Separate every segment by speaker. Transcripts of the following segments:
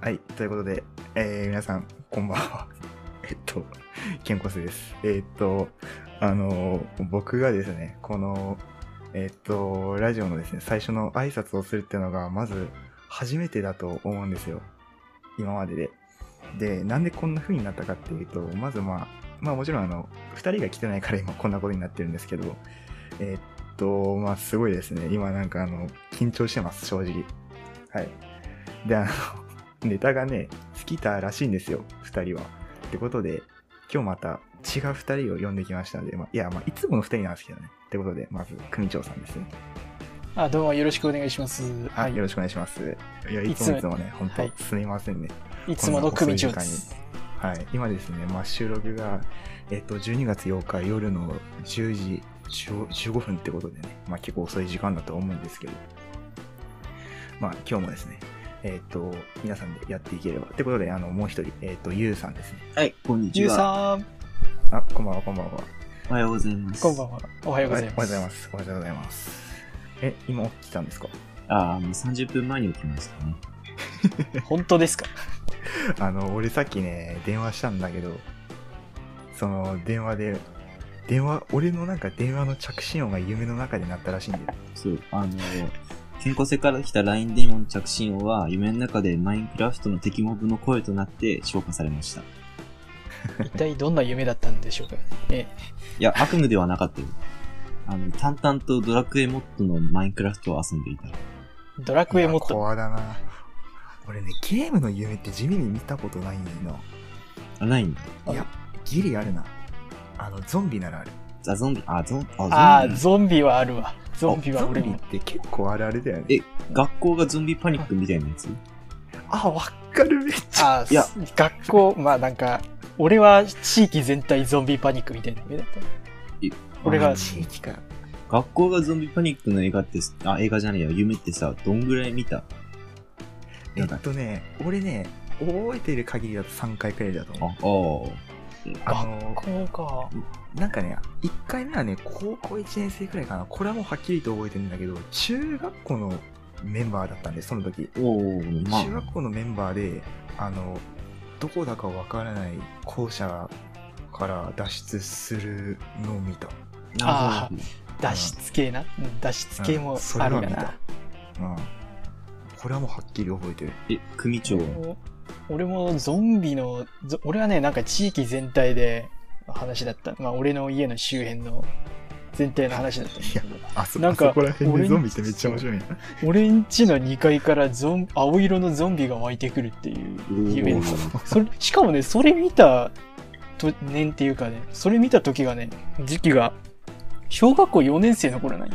Speaker 1: はい、ということで、えー皆さん、こんばんは。 えっと、健康生です。えっと、あの、僕がですね、この、えっと、ラジオのですね、最初の挨拶をするっていうのが、まず、初めてだと思うんですよ。今までで。で、なんでこんな風になったかっていうと、まずまあ、まあもちろんあの、二人が来てないから今こんなことになってるんですけど、えっと、まあすごいですね。今なんかあの、緊張してます、正直。はい。で、あの、ネタがね、尽きたらしいんですよ、2人は。ってことで、今日また違う2人を呼んできましたので、まあ、いや、まあ、いつもの2人なんですけどね。ってことで、まず、組長さんですね。
Speaker 2: あどうもよろしくお願いします。は
Speaker 1: はい、
Speaker 2: い
Speaker 1: よ、ろしくお願いします。いや、いつ
Speaker 2: いつ
Speaker 1: も
Speaker 2: も
Speaker 1: いつもね、本当、
Speaker 2: はい
Speaker 1: すみませんね。
Speaker 2: いつもの組長です。
Speaker 1: はい、今ですね、まあ、収録が、えっと、12月8日夜の10時10 15分ってことでね、まあ、結構遅い時間だと思うんですけど、まあ、今日もですね、えっと、皆さんでやっていければ。ってことで、あの、もう一人、えっと、ゆうさんですね。
Speaker 3: はい、こんにち
Speaker 2: ゆう
Speaker 3: は。
Speaker 2: さん、
Speaker 1: あ、こんばんは、こんばんは。
Speaker 3: おはようございます。
Speaker 2: こんばんは。おはようござい
Speaker 1: おはよ
Speaker 2: ま
Speaker 1: うござい
Speaker 2: す。
Speaker 1: ます。おはようございます。え、今起きたんですか
Speaker 3: あー、もう30分前に起きましたね。
Speaker 2: 本当ですか
Speaker 1: あの、俺さっきね、電話したんだけど、その、電話で、電話、俺のなんか電話の着信音が夢の中で鳴ったらしいん だよ。
Speaker 3: そう、あの、健康性から来た LINE 電話の着信音は、夢の中でマインクラフトの敵モブの声となって消化されました。い
Speaker 2: 一体どんな夢だったんでしょうか、え
Speaker 3: や、悪夢ではなかったよ。あの、淡々とドラクエモッドのマインクラフトを遊んでいた。
Speaker 2: ドラクエ
Speaker 1: い
Speaker 2: もっ
Speaker 1: や
Speaker 2: と。
Speaker 1: 怖だな。俺ね、ゲームの夢って地味に見たことないの。
Speaker 3: あ、ないんだ。
Speaker 1: いや、ギリあるな。あの、ゾンビならある。
Speaker 3: あ、ゾンビ、あ、ゾン、あ、
Speaker 2: ああ、
Speaker 3: ゾンビ。
Speaker 2: ゾンビはあるわ。ゾンビは
Speaker 1: ゾン
Speaker 2: 俺
Speaker 1: ビ
Speaker 2: も
Speaker 1: っ。て結構あるあれだよね。
Speaker 3: え学校がゾンビパニックみたいなやつ
Speaker 1: あ、わかる、めっちゃ。
Speaker 2: ああ、
Speaker 3: いや
Speaker 2: 学校、まあなんか、俺は地域全体ゾンビパニックみたいな夢だった。俺が
Speaker 3: あ
Speaker 1: 地域か。
Speaker 3: 学校がゾンビパニックの映画って、あ、映画じゃねえや、夢ってさ、どんぐらい見た
Speaker 1: えっとね、俺ね、覚えてる限りだと3回くらいだと
Speaker 3: あ、
Speaker 1: 思う。
Speaker 3: あー
Speaker 1: あの、
Speaker 2: 学校
Speaker 1: なんかね、1回目はね、高校1年生くらいかな。これはもうはっきりと覚えてるんだけど、中学校のメンバーだったんで、その時。
Speaker 3: おー、まあ
Speaker 1: 中。学校のメンバーで、あの、どこだかわからない校舎から脱出するのを見た。
Speaker 3: な
Speaker 2: あ
Speaker 3: るほど。
Speaker 2: か。脱出系な。うん脱出系
Speaker 1: うん
Speaker 2: も
Speaker 1: それ
Speaker 2: あ
Speaker 1: は
Speaker 2: るか
Speaker 1: 見
Speaker 2: な
Speaker 1: た。。うん。これはもうはっきり覚えてる。
Speaker 3: え、組長は
Speaker 2: 俺もゾンビのゾ俺はねなんか地域全体で話だったまあ俺の家の周辺の全体の話だったんだ けど
Speaker 1: あそ
Speaker 2: なんか
Speaker 1: あそこら辺で
Speaker 2: 俺
Speaker 1: ゾンビってめっちゃ面白いね。
Speaker 2: 俺ん家の2階からゾン青色のゾンビが湧いてくるっていう夢
Speaker 3: お
Speaker 2: で
Speaker 3: ー
Speaker 2: それしかもねそれ見たと年っていうかねそれ見た時がね時期が小学校4年生の頃なんよ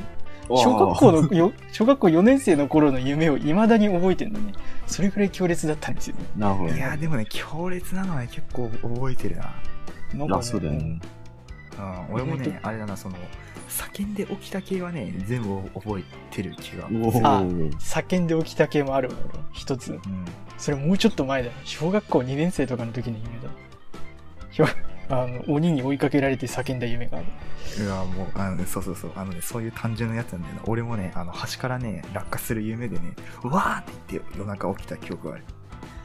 Speaker 2: 小学校のよ小学校4年生の頃の夢をいまだに覚えてるのねそれくらい強烈だったんですよね
Speaker 3: なるほど
Speaker 1: いや、でもね、強烈なのはね結構覚えてるな。
Speaker 2: なん
Speaker 3: い
Speaker 2: か
Speaker 3: や。そうだよね。
Speaker 1: うん、俺もね、あれだな、その、叫んで起きた系はね、全部覚えてる気がする。
Speaker 3: おー
Speaker 2: 叫んで起きた系もあるわ俺一つ
Speaker 1: うん
Speaker 2: それもうちょっと前だよ小学校2年生とかの時の夢だひょあの鬼に追いかけられて叫んだ夢がある
Speaker 1: いやもうあのねそうそうそうあのねそういう単純なやつなんだよな俺もねあの端からね落下する夢でねうわーって言って夜中起きた記憶がある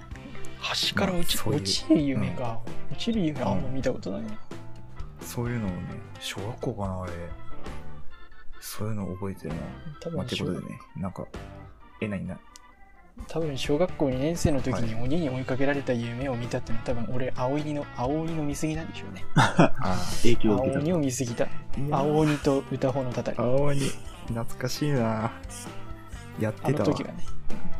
Speaker 2: 橋から
Speaker 1: まあ
Speaker 2: 落ち,、
Speaker 1: そういう
Speaker 2: 落ちる夢が、落ちる夢あんま見たことないな、
Speaker 1: そういうのをね小学校かなあれそういうの覚えてるな、
Speaker 2: 多
Speaker 1: まあ、
Speaker 2: 分
Speaker 1: って
Speaker 2: 小
Speaker 1: こと
Speaker 2: 学
Speaker 1: でねなんかえなにな
Speaker 2: 多分小学校2年生の時に鬼に追いかけられた夢を見たってのは多分俺青鬼の青鬼の見過ぎなんでしょうね
Speaker 1: あ
Speaker 3: 影響
Speaker 2: 青
Speaker 3: を受け
Speaker 2: 鬼
Speaker 3: た。
Speaker 2: を見過ぎた
Speaker 1: ーいやー
Speaker 2: 青鬼と歌穂のたたり
Speaker 1: 青に懐かしいなやっ
Speaker 2: あ
Speaker 1: て
Speaker 2: の
Speaker 1: たわ
Speaker 2: 時はね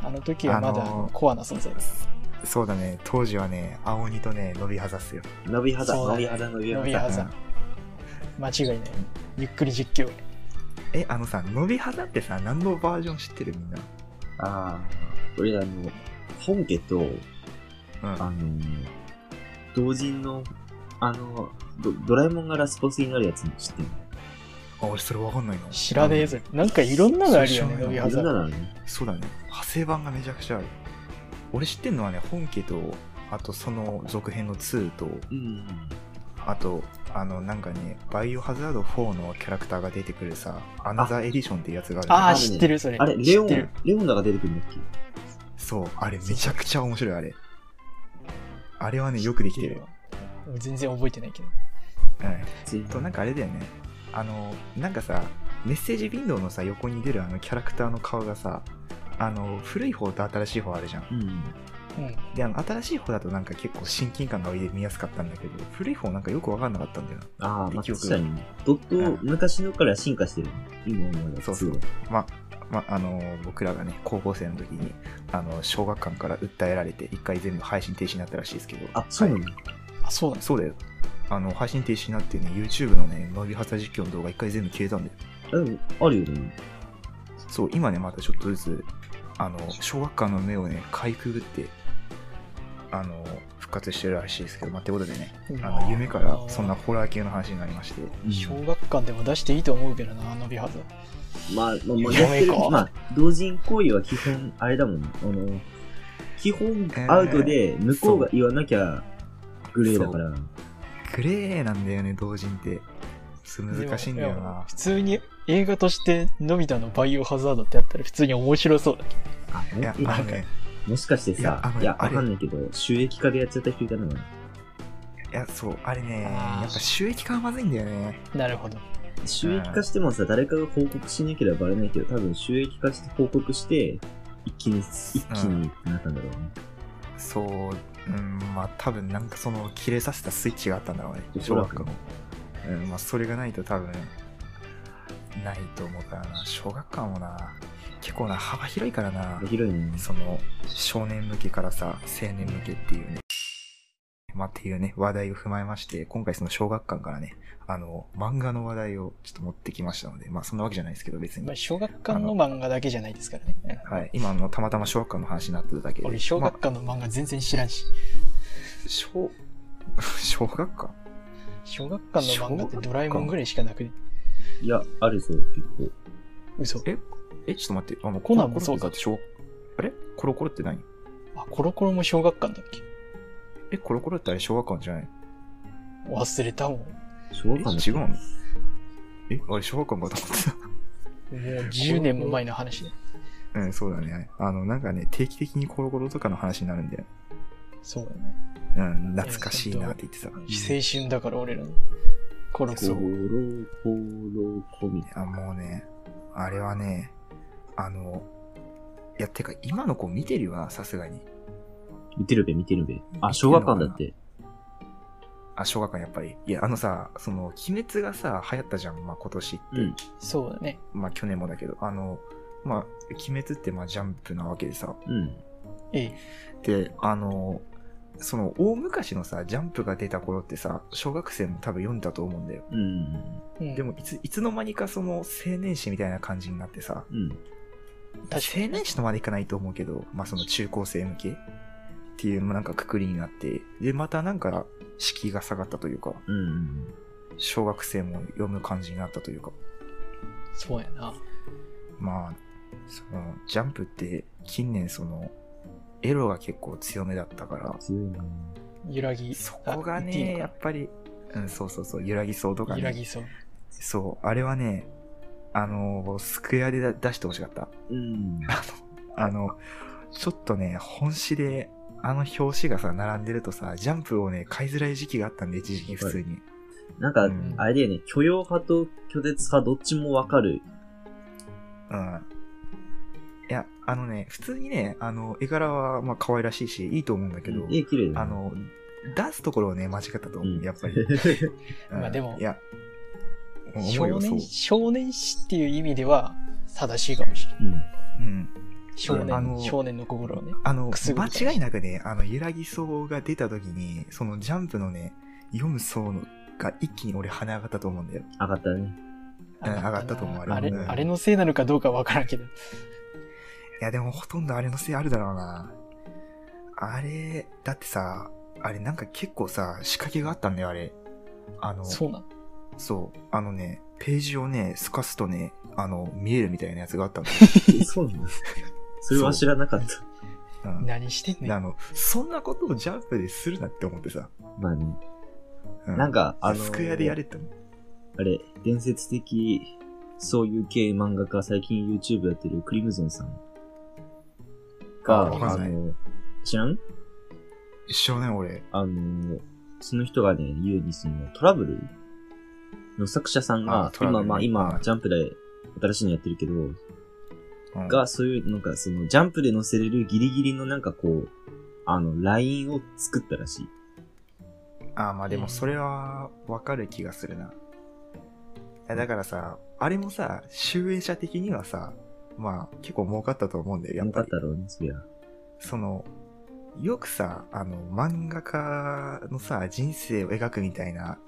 Speaker 2: あの時はまだ
Speaker 1: あのー
Speaker 2: コアな存在です
Speaker 1: そうだね当時はね青にとね伸びはざっすよ
Speaker 3: 伸び肌、
Speaker 2: そうだ
Speaker 3: 伸
Speaker 2: ね
Speaker 3: び肌、伸び
Speaker 2: 伸び
Speaker 3: 肌。
Speaker 2: はざ間違いないゆっくり実況
Speaker 1: えあのさ伸びはざってさ何のバージョン知ってるみんな
Speaker 3: あー、俺あの、本家と、
Speaker 1: うん
Speaker 3: あの、同人の、あの、ドドラえもんがラスボスになるやつも知ってる。
Speaker 1: あ俺それわかんないの
Speaker 2: 知らねえぞ。なんかいろんなのあるよ
Speaker 1: そ
Speaker 2: ね、
Speaker 1: う
Speaker 2: 伸び
Speaker 3: いろ
Speaker 2: は
Speaker 3: んな
Speaker 2: ざ。
Speaker 3: のあるね。
Speaker 1: そうだね派生版がめちゃくちゃある俺知ってんのはね本家とあとその続編の2と
Speaker 3: うん。
Speaker 1: あと、あの、なんかね、バイオハザード4のキャラクターが出てくるさ、アナザーエディションっていうやつがあるんだけど
Speaker 2: ああ、
Speaker 3: るね
Speaker 2: 知ってる、それ。
Speaker 3: あれ、
Speaker 2: 知
Speaker 3: レオ
Speaker 2: っ
Speaker 3: ン
Speaker 2: てる。、
Speaker 3: レオンだが出てくるんだっけ
Speaker 1: そう、あれめちゃくちゃ面白い、あれ。あれはね、よくできてる。
Speaker 2: もう全然覚えてないけど。
Speaker 1: うん。
Speaker 3: 全
Speaker 1: と、なんかあれだよね。あの、なんかさ、メッセージウィンドウのさ、横に出るあのキャラクターの顔がさ、あの、古い方と新しい方あるじゃん。
Speaker 3: うん。
Speaker 2: うん。
Speaker 1: で、あの、新しい方だとなんか結構親近感が見やすかったんだけど、古い方なんかよくわかんなかったんだよな。
Speaker 3: ああ、まあ、
Speaker 1: 記憶
Speaker 3: 確かにね。ドット、
Speaker 1: うん
Speaker 3: 昔のから進化してるね。今思えば。
Speaker 1: そうそうままあの僕らがね高校生の時にあの小学館から訴えられて一回全部配信停止になったらしいですけど
Speaker 3: あ、そうな
Speaker 1: は
Speaker 3: ん
Speaker 1: い
Speaker 3: だ。
Speaker 2: あ、そうだ、
Speaker 1: そうだよあの配信停止になってね YouTube のね伸びはた実況の動画一回全部消えたんだよ
Speaker 3: あでも、あるよね。
Speaker 1: そう今ねまたちょっとずつあの小学館の目をねかいくぐってあの復活してるらしいですけどまあってことでねあの夢からそんなホラー系の話になりまして
Speaker 2: 小学館でも出していいと思うけどな、伸びはず。
Speaker 3: まあ、まあ、まあ、
Speaker 2: や
Speaker 3: やっ
Speaker 2: め
Speaker 3: てる
Speaker 2: か
Speaker 3: まあ、同人行為は基本、あれだもんね。あの、基本
Speaker 1: ー
Speaker 3: アウトで、向こうが言わなきゃ、グレーだから。
Speaker 1: グレーなんだよね同人ってそう難しいんだよ
Speaker 2: でもいや
Speaker 1: な
Speaker 2: 普通に映画として、のび太のバイオハザードってあったら普通に面白そうだけど。
Speaker 3: あ、
Speaker 1: いや
Speaker 3: え
Speaker 1: あのね
Speaker 3: もしかして
Speaker 1: いやあ
Speaker 3: さ
Speaker 1: の、
Speaker 3: いや、
Speaker 1: あ
Speaker 3: わ
Speaker 1: れ
Speaker 3: かんないけど、収益化でやっちゃった人いたのかない
Speaker 1: や、そう、あれね、
Speaker 2: あー
Speaker 1: やっぱ収益化はまずいんだよね。
Speaker 2: なるほど。
Speaker 3: 収益化してもさ、誰かが報告しなければバレないけど、多分収益化して報告して、一気に、一気になったんだろうね。
Speaker 1: そう、うん、まあ多分なんかその切れさせたスイッチがあったんだろうね、
Speaker 3: おそ
Speaker 1: 小
Speaker 3: ら
Speaker 1: 学
Speaker 3: く
Speaker 1: 校の。うん、まあそれがないと多分、ないと思うからな、小学館もな、結構な、幅広いからな
Speaker 3: 面、白いね。
Speaker 1: その、少年向けからさ、青年向けっていうね。まあ、っていうね、話題を踏まえまして、今回その小学館からね、あの、漫画の話題をちょっと持ってきましたので、まあそんなわけじゃないですけど、別に
Speaker 2: まあ、。小学館の漫画だけじゃないですからね。うん
Speaker 1: はい、今あのたまたま小学館の話になってただけで
Speaker 2: 俺、小
Speaker 1: まあ
Speaker 2: 学館の漫画全然知らんし。
Speaker 1: 小 小学館
Speaker 2: 小学館の漫画ってドラえもんぐらいしかなくね。
Speaker 3: いや、あるぞ、結構。
Speaker 2: 嘘。
Speaker 1: ええちょっと待ってあの
Speaker 2: コナンもそう
Speaker 1: コロコロ
Speaker 2: か
Speaker 1: って小あれコロコロって何
Speaker 2: あ、コロコロも小学館だっけ
Speaker 1: えコロコロってあれ小学館じゃない
Speaker 2: 忘れたもん。も
Speaker 3: 小学
Speaker 1: え
Speaker 3: 館
Speaker 1: 違うのえあれ小学館かと思って
Speaker 2: う10年も前の話だ。
Speaker 1: た うんそうだねあのなんかね定期的にコロコロとかの話になるんだよ
Speaker 2: そうだね。
Speaker 1: うん懐かしいなって言ってた
Speaker 2: 青春だから俺らのコロコ
Speaker 3: コ
Speaker 2: ロ。
Speaker 3: ロコロコミ。
Speaker 1: あもうねあれはねあのいやてか今の子見てるよなさすがに
Speaker 3: 見てるべ、見てるべ。あ、小学館だって。
Speaker 1: あ、小学館やっぱり。いや、あのさ、その、鬼滅がさ、流行ったじゃん、まあ今年って。
Speaker 3: うん
Speaker 2: そうだね。
Speaker 1: まあ去年もだけど、あの、まあ、鬼滅ってまあジャンプなわけでさ。
Speaker 3: うん。
Speaker 2: ええ。
Speaker 1: で、あの、その、大昔のさ、ジャンプが出た頃ってさ、小学生も多分読んだと思うんだよ。
Speaker 3: うん。
Speaker 2: うん
Speaker 1: でも、いつ、いつの間にかその、青年誌みたいな感じになってさ、
Speaker 3: うん。
Speaker 2: 確か
Speaker 1: 青年誌とまでいかないと思うけど、まあその中高生向けっていう、なんかくくりになって、で、またなんか、敷居が下がったというか、
Speaker 3: うん。
Speaker 1: 小学生も読む感じになったというか、
Speaker 2: そうやな。
Speaker 1: まあ、その、ジャンプって近年その、エロが結構強めだったから、
Speaker 3: 強いな
Speaker 2: 揺らぎ。
Speaker 1: そこが
Speaker 2: あ言っていい
Speaker 1: ね、
Speaker 2: の
Speaker 1: やっぱり、うん、そうそうそう、揺らぎそうと
Speaker 2: か
Speaker 1: か
Speaker 2: な揺ら
Speaker 1: ね、
Speaker 2: ぎそう。
Speaker 1: そう、あれはね、あの、スクエアでだ出してほしかった。
Speaker 3: うん。
Speaker 1: あの、ちょっとね、本誌で、あの表紙がさ、並んでるとさ、ジャンプをね、買いづらい時期があったんで、一時期普通に。
Speaker 3: なんか、
Speaker 1: うん
Speaker 3: あれだよね、許容派と拒絶派どっちもわかる。
Speaker 1: うん。いや、あのね、普通にね、あの、絵柄は、まあ、可愛らしいし、いいと思うんだけど、
Speaker 3: 絵綺麗だ
Speaker 1: あ
Speaker 3: ね
Speaker 1: の、出すところをね、間違ったと思う、
Speaker 3: うん
Speaker 1: やっぱ り。うん
Speaker 2: まあでも
Speaker 1: いや、思う
Speaker 2: 少
Speaker 1: よ、そう
Speaker 2: 年、。少年誌っていう意味では正しいかもしれない。
Speaker 3: うん。
Speaker 1: うん。
Speaker 2: 少
Speaker 1: うんあ
Speaker 2: 年、
Speaker 1: の
Speaker 2: 少年の心をね。
Speaker 1: あの、
Speaker 2: くすぐりたい
Speaker 1: 間違いなくね、あの、揺らぎそうが出た時に、そのジャンプのね、読む層のが一気に俺跳ね上がったと思うんだよ。
Speaker 3: 上がった ね。
Speaker 1: うん上がったと思うあれは
Speaker 2: あれ、
Speaker 1: うん
Speaker 2: あれのせいなのかどうかわからんけど。
Speaker 1: いや、でもほとんどあれのせいあるだろうな。あれ、だってさ、あれなんか結構さ、仕掛けがあったんだよ、あれ。あの、
Speaker 2: そうなの。
Speaker 1: そうあのね、ページをね、透かすとね、あの、見えるみたいなやつがあったの。
Speaker 3: そうなんだ。それは知らなかった。
Speaker 1: うん
Speaker 2: 何してん
Speaker 1: で
Speaker 2: ね
Speaker 1: あ
Speaker 2: ん。
Speaker 1: の、そんなことをジャンプでするなって思ってさ。
Speaker 3: まあね。
Speaker 1: ううん
Speaker 3: なんか、あのー
Speaker 1: スクエアでやれって思う。
Speaker 3: あれ、伝説的、そういう系漫画家、最近 YouTube やってるクリムゾンさんが、
Speaker 1: わか
Speaker 3: あ
Speaker 1: んない
Speaker 3: の、知らん
Speaker 1: 一生ね、俺。
Speaker 3: あの、その人がね、言うにそのトラブルの作者さん
Speaker 1: あ
Speaker 3: が、
Speaker 1: トラブル
Speaker 3: 今、
Speaker 1: ね
Speaker 3: まあ
Speaker 1: は
Speaker 3: 今
Speaker 1: い、
Speaker 3: ジャンプで新しいのやってるけど、
Speaker 1: うん
Speaker 3: が、そういう、なんかその、ジャンプで載せれるギリギリのなんかこう、あの、ラインを作ったらしい。
Speaker 1: ああ、まあでもそれはわかる気がするな。いやだからさ、あれもさ、集英者的にはさ、まあ結構儲かったと思うんだよ、やっ
Speaker 3: よ
Speaker 1: ぱ
Speaker 3: か
Speaker 1: り
Speaker 3: っ。たろうね、そりゃ。
Speaker 1: その、よくさ、あの、漫画家のさ、人生を描くみたいな、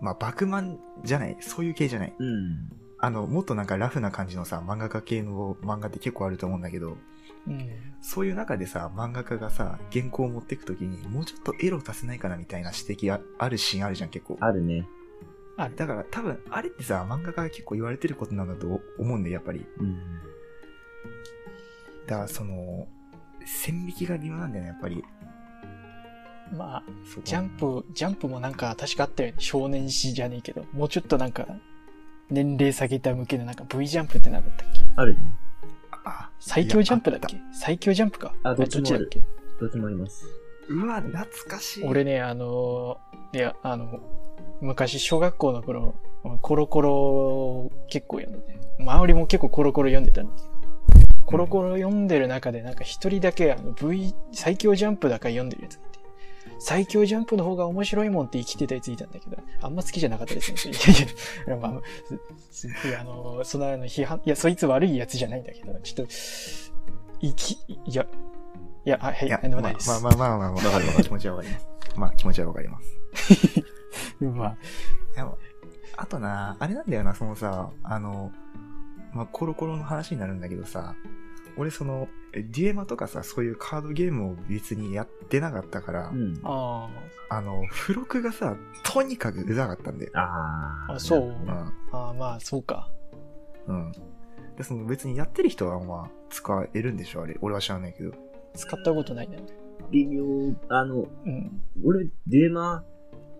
Speaker 1: まあ、バクマンじゃない、そういう系じゃない。
Speaker 3: うん。
Speaker 1: あの、もっとなんかラフな感じのさ、漫画家系の漫画って結構あると思うんだけど、
Speaker 2: うん。
Speaker 1: そういう中でさ、漫画家がさ、原稿を持ってくときに、もうちょっとエロ足せないかなみたいな指摘ああるシーンあるじゃん、結構。
Speaker 3: あるね。
Speaker 2: ある。
Speaker 1: だから多分、あれってさ、漫画家が結構言われてることなんだと思うんだよ、やっぱり。
Speaker 3: うん。
Speaker 1: だから、その、線引きが微妙なんだよね、やっぱり。
Speaker 2: まあ、
Speaker 1: そこ
Speaker 2: ジャンプ、ジャンプもなんか確かあったよね。少年誌じゃねえけど、もうちょっとなんか、年齢下げた向けのなんか V ジャンプってなかったっけ
Speaker 3: あるね。
Speaker 1: あ
Speaker 2: 最強ジャンプだっけ最強ジャンプか。
Speaker 3: あどっちも
Speaker 2: だっけ
Speaker 3: どっちもあります。
Speaker 1: うわ、懐かしい。
Speaker 2: 俺ね、あのーいや、あの、昔小学校の頃、コロコロを結構読んでて、周りも結構コロコロ読んでたんだけど、コロコロ読んでる中でなんか一人だけあの V、最強ジャンプだから読んでるやつがいて、最強ジャンプの方が面白いもんって生きてたやついたんだけど、あんま好きじゃなかったで すね。いやいや、いやまあ、すすいやあの、そのあの批判、いや、そいつ悪いやつじゃないんだけど、ちょっと、生き、いや、いや、あ、はいい、な
Speaker 1: や
Speaker 2: ん、でもないです。
Speaker 1: まあまあまあまあまあ、わかるわ かる。気持ちはわかります。まあ気持ちはわかります。
Speaker 2: うんまあ
Speaker 1: でもあとな、あれなんだよな、そのさ、あの、まあコロコロの話になるんだけどさ、俺その、デュエマとかさ、そういうカードゲームを別にやってなかったから、
Speaker 3: うん。
Speaker 2: あ
Speaker 1: あの、付録がさ、とにかくうざかったんだよ。
Speaker 3: あ
Speaker 2: ー
Speaker 3: ー
Speaker 2: あ、そう。。
Speaker 1: うん。
Speaker 2: あーまあ、そうか。
Speaker 1: うん。で、その別にやってる人はまあ、使えるんでしょ、あれ。俺は知らないけど。
Speaker 2: 使ったことないね。
Speaker 3: 微妙。あの、
Speaker 2: うん。
Speaker 3: 俺、デーマ、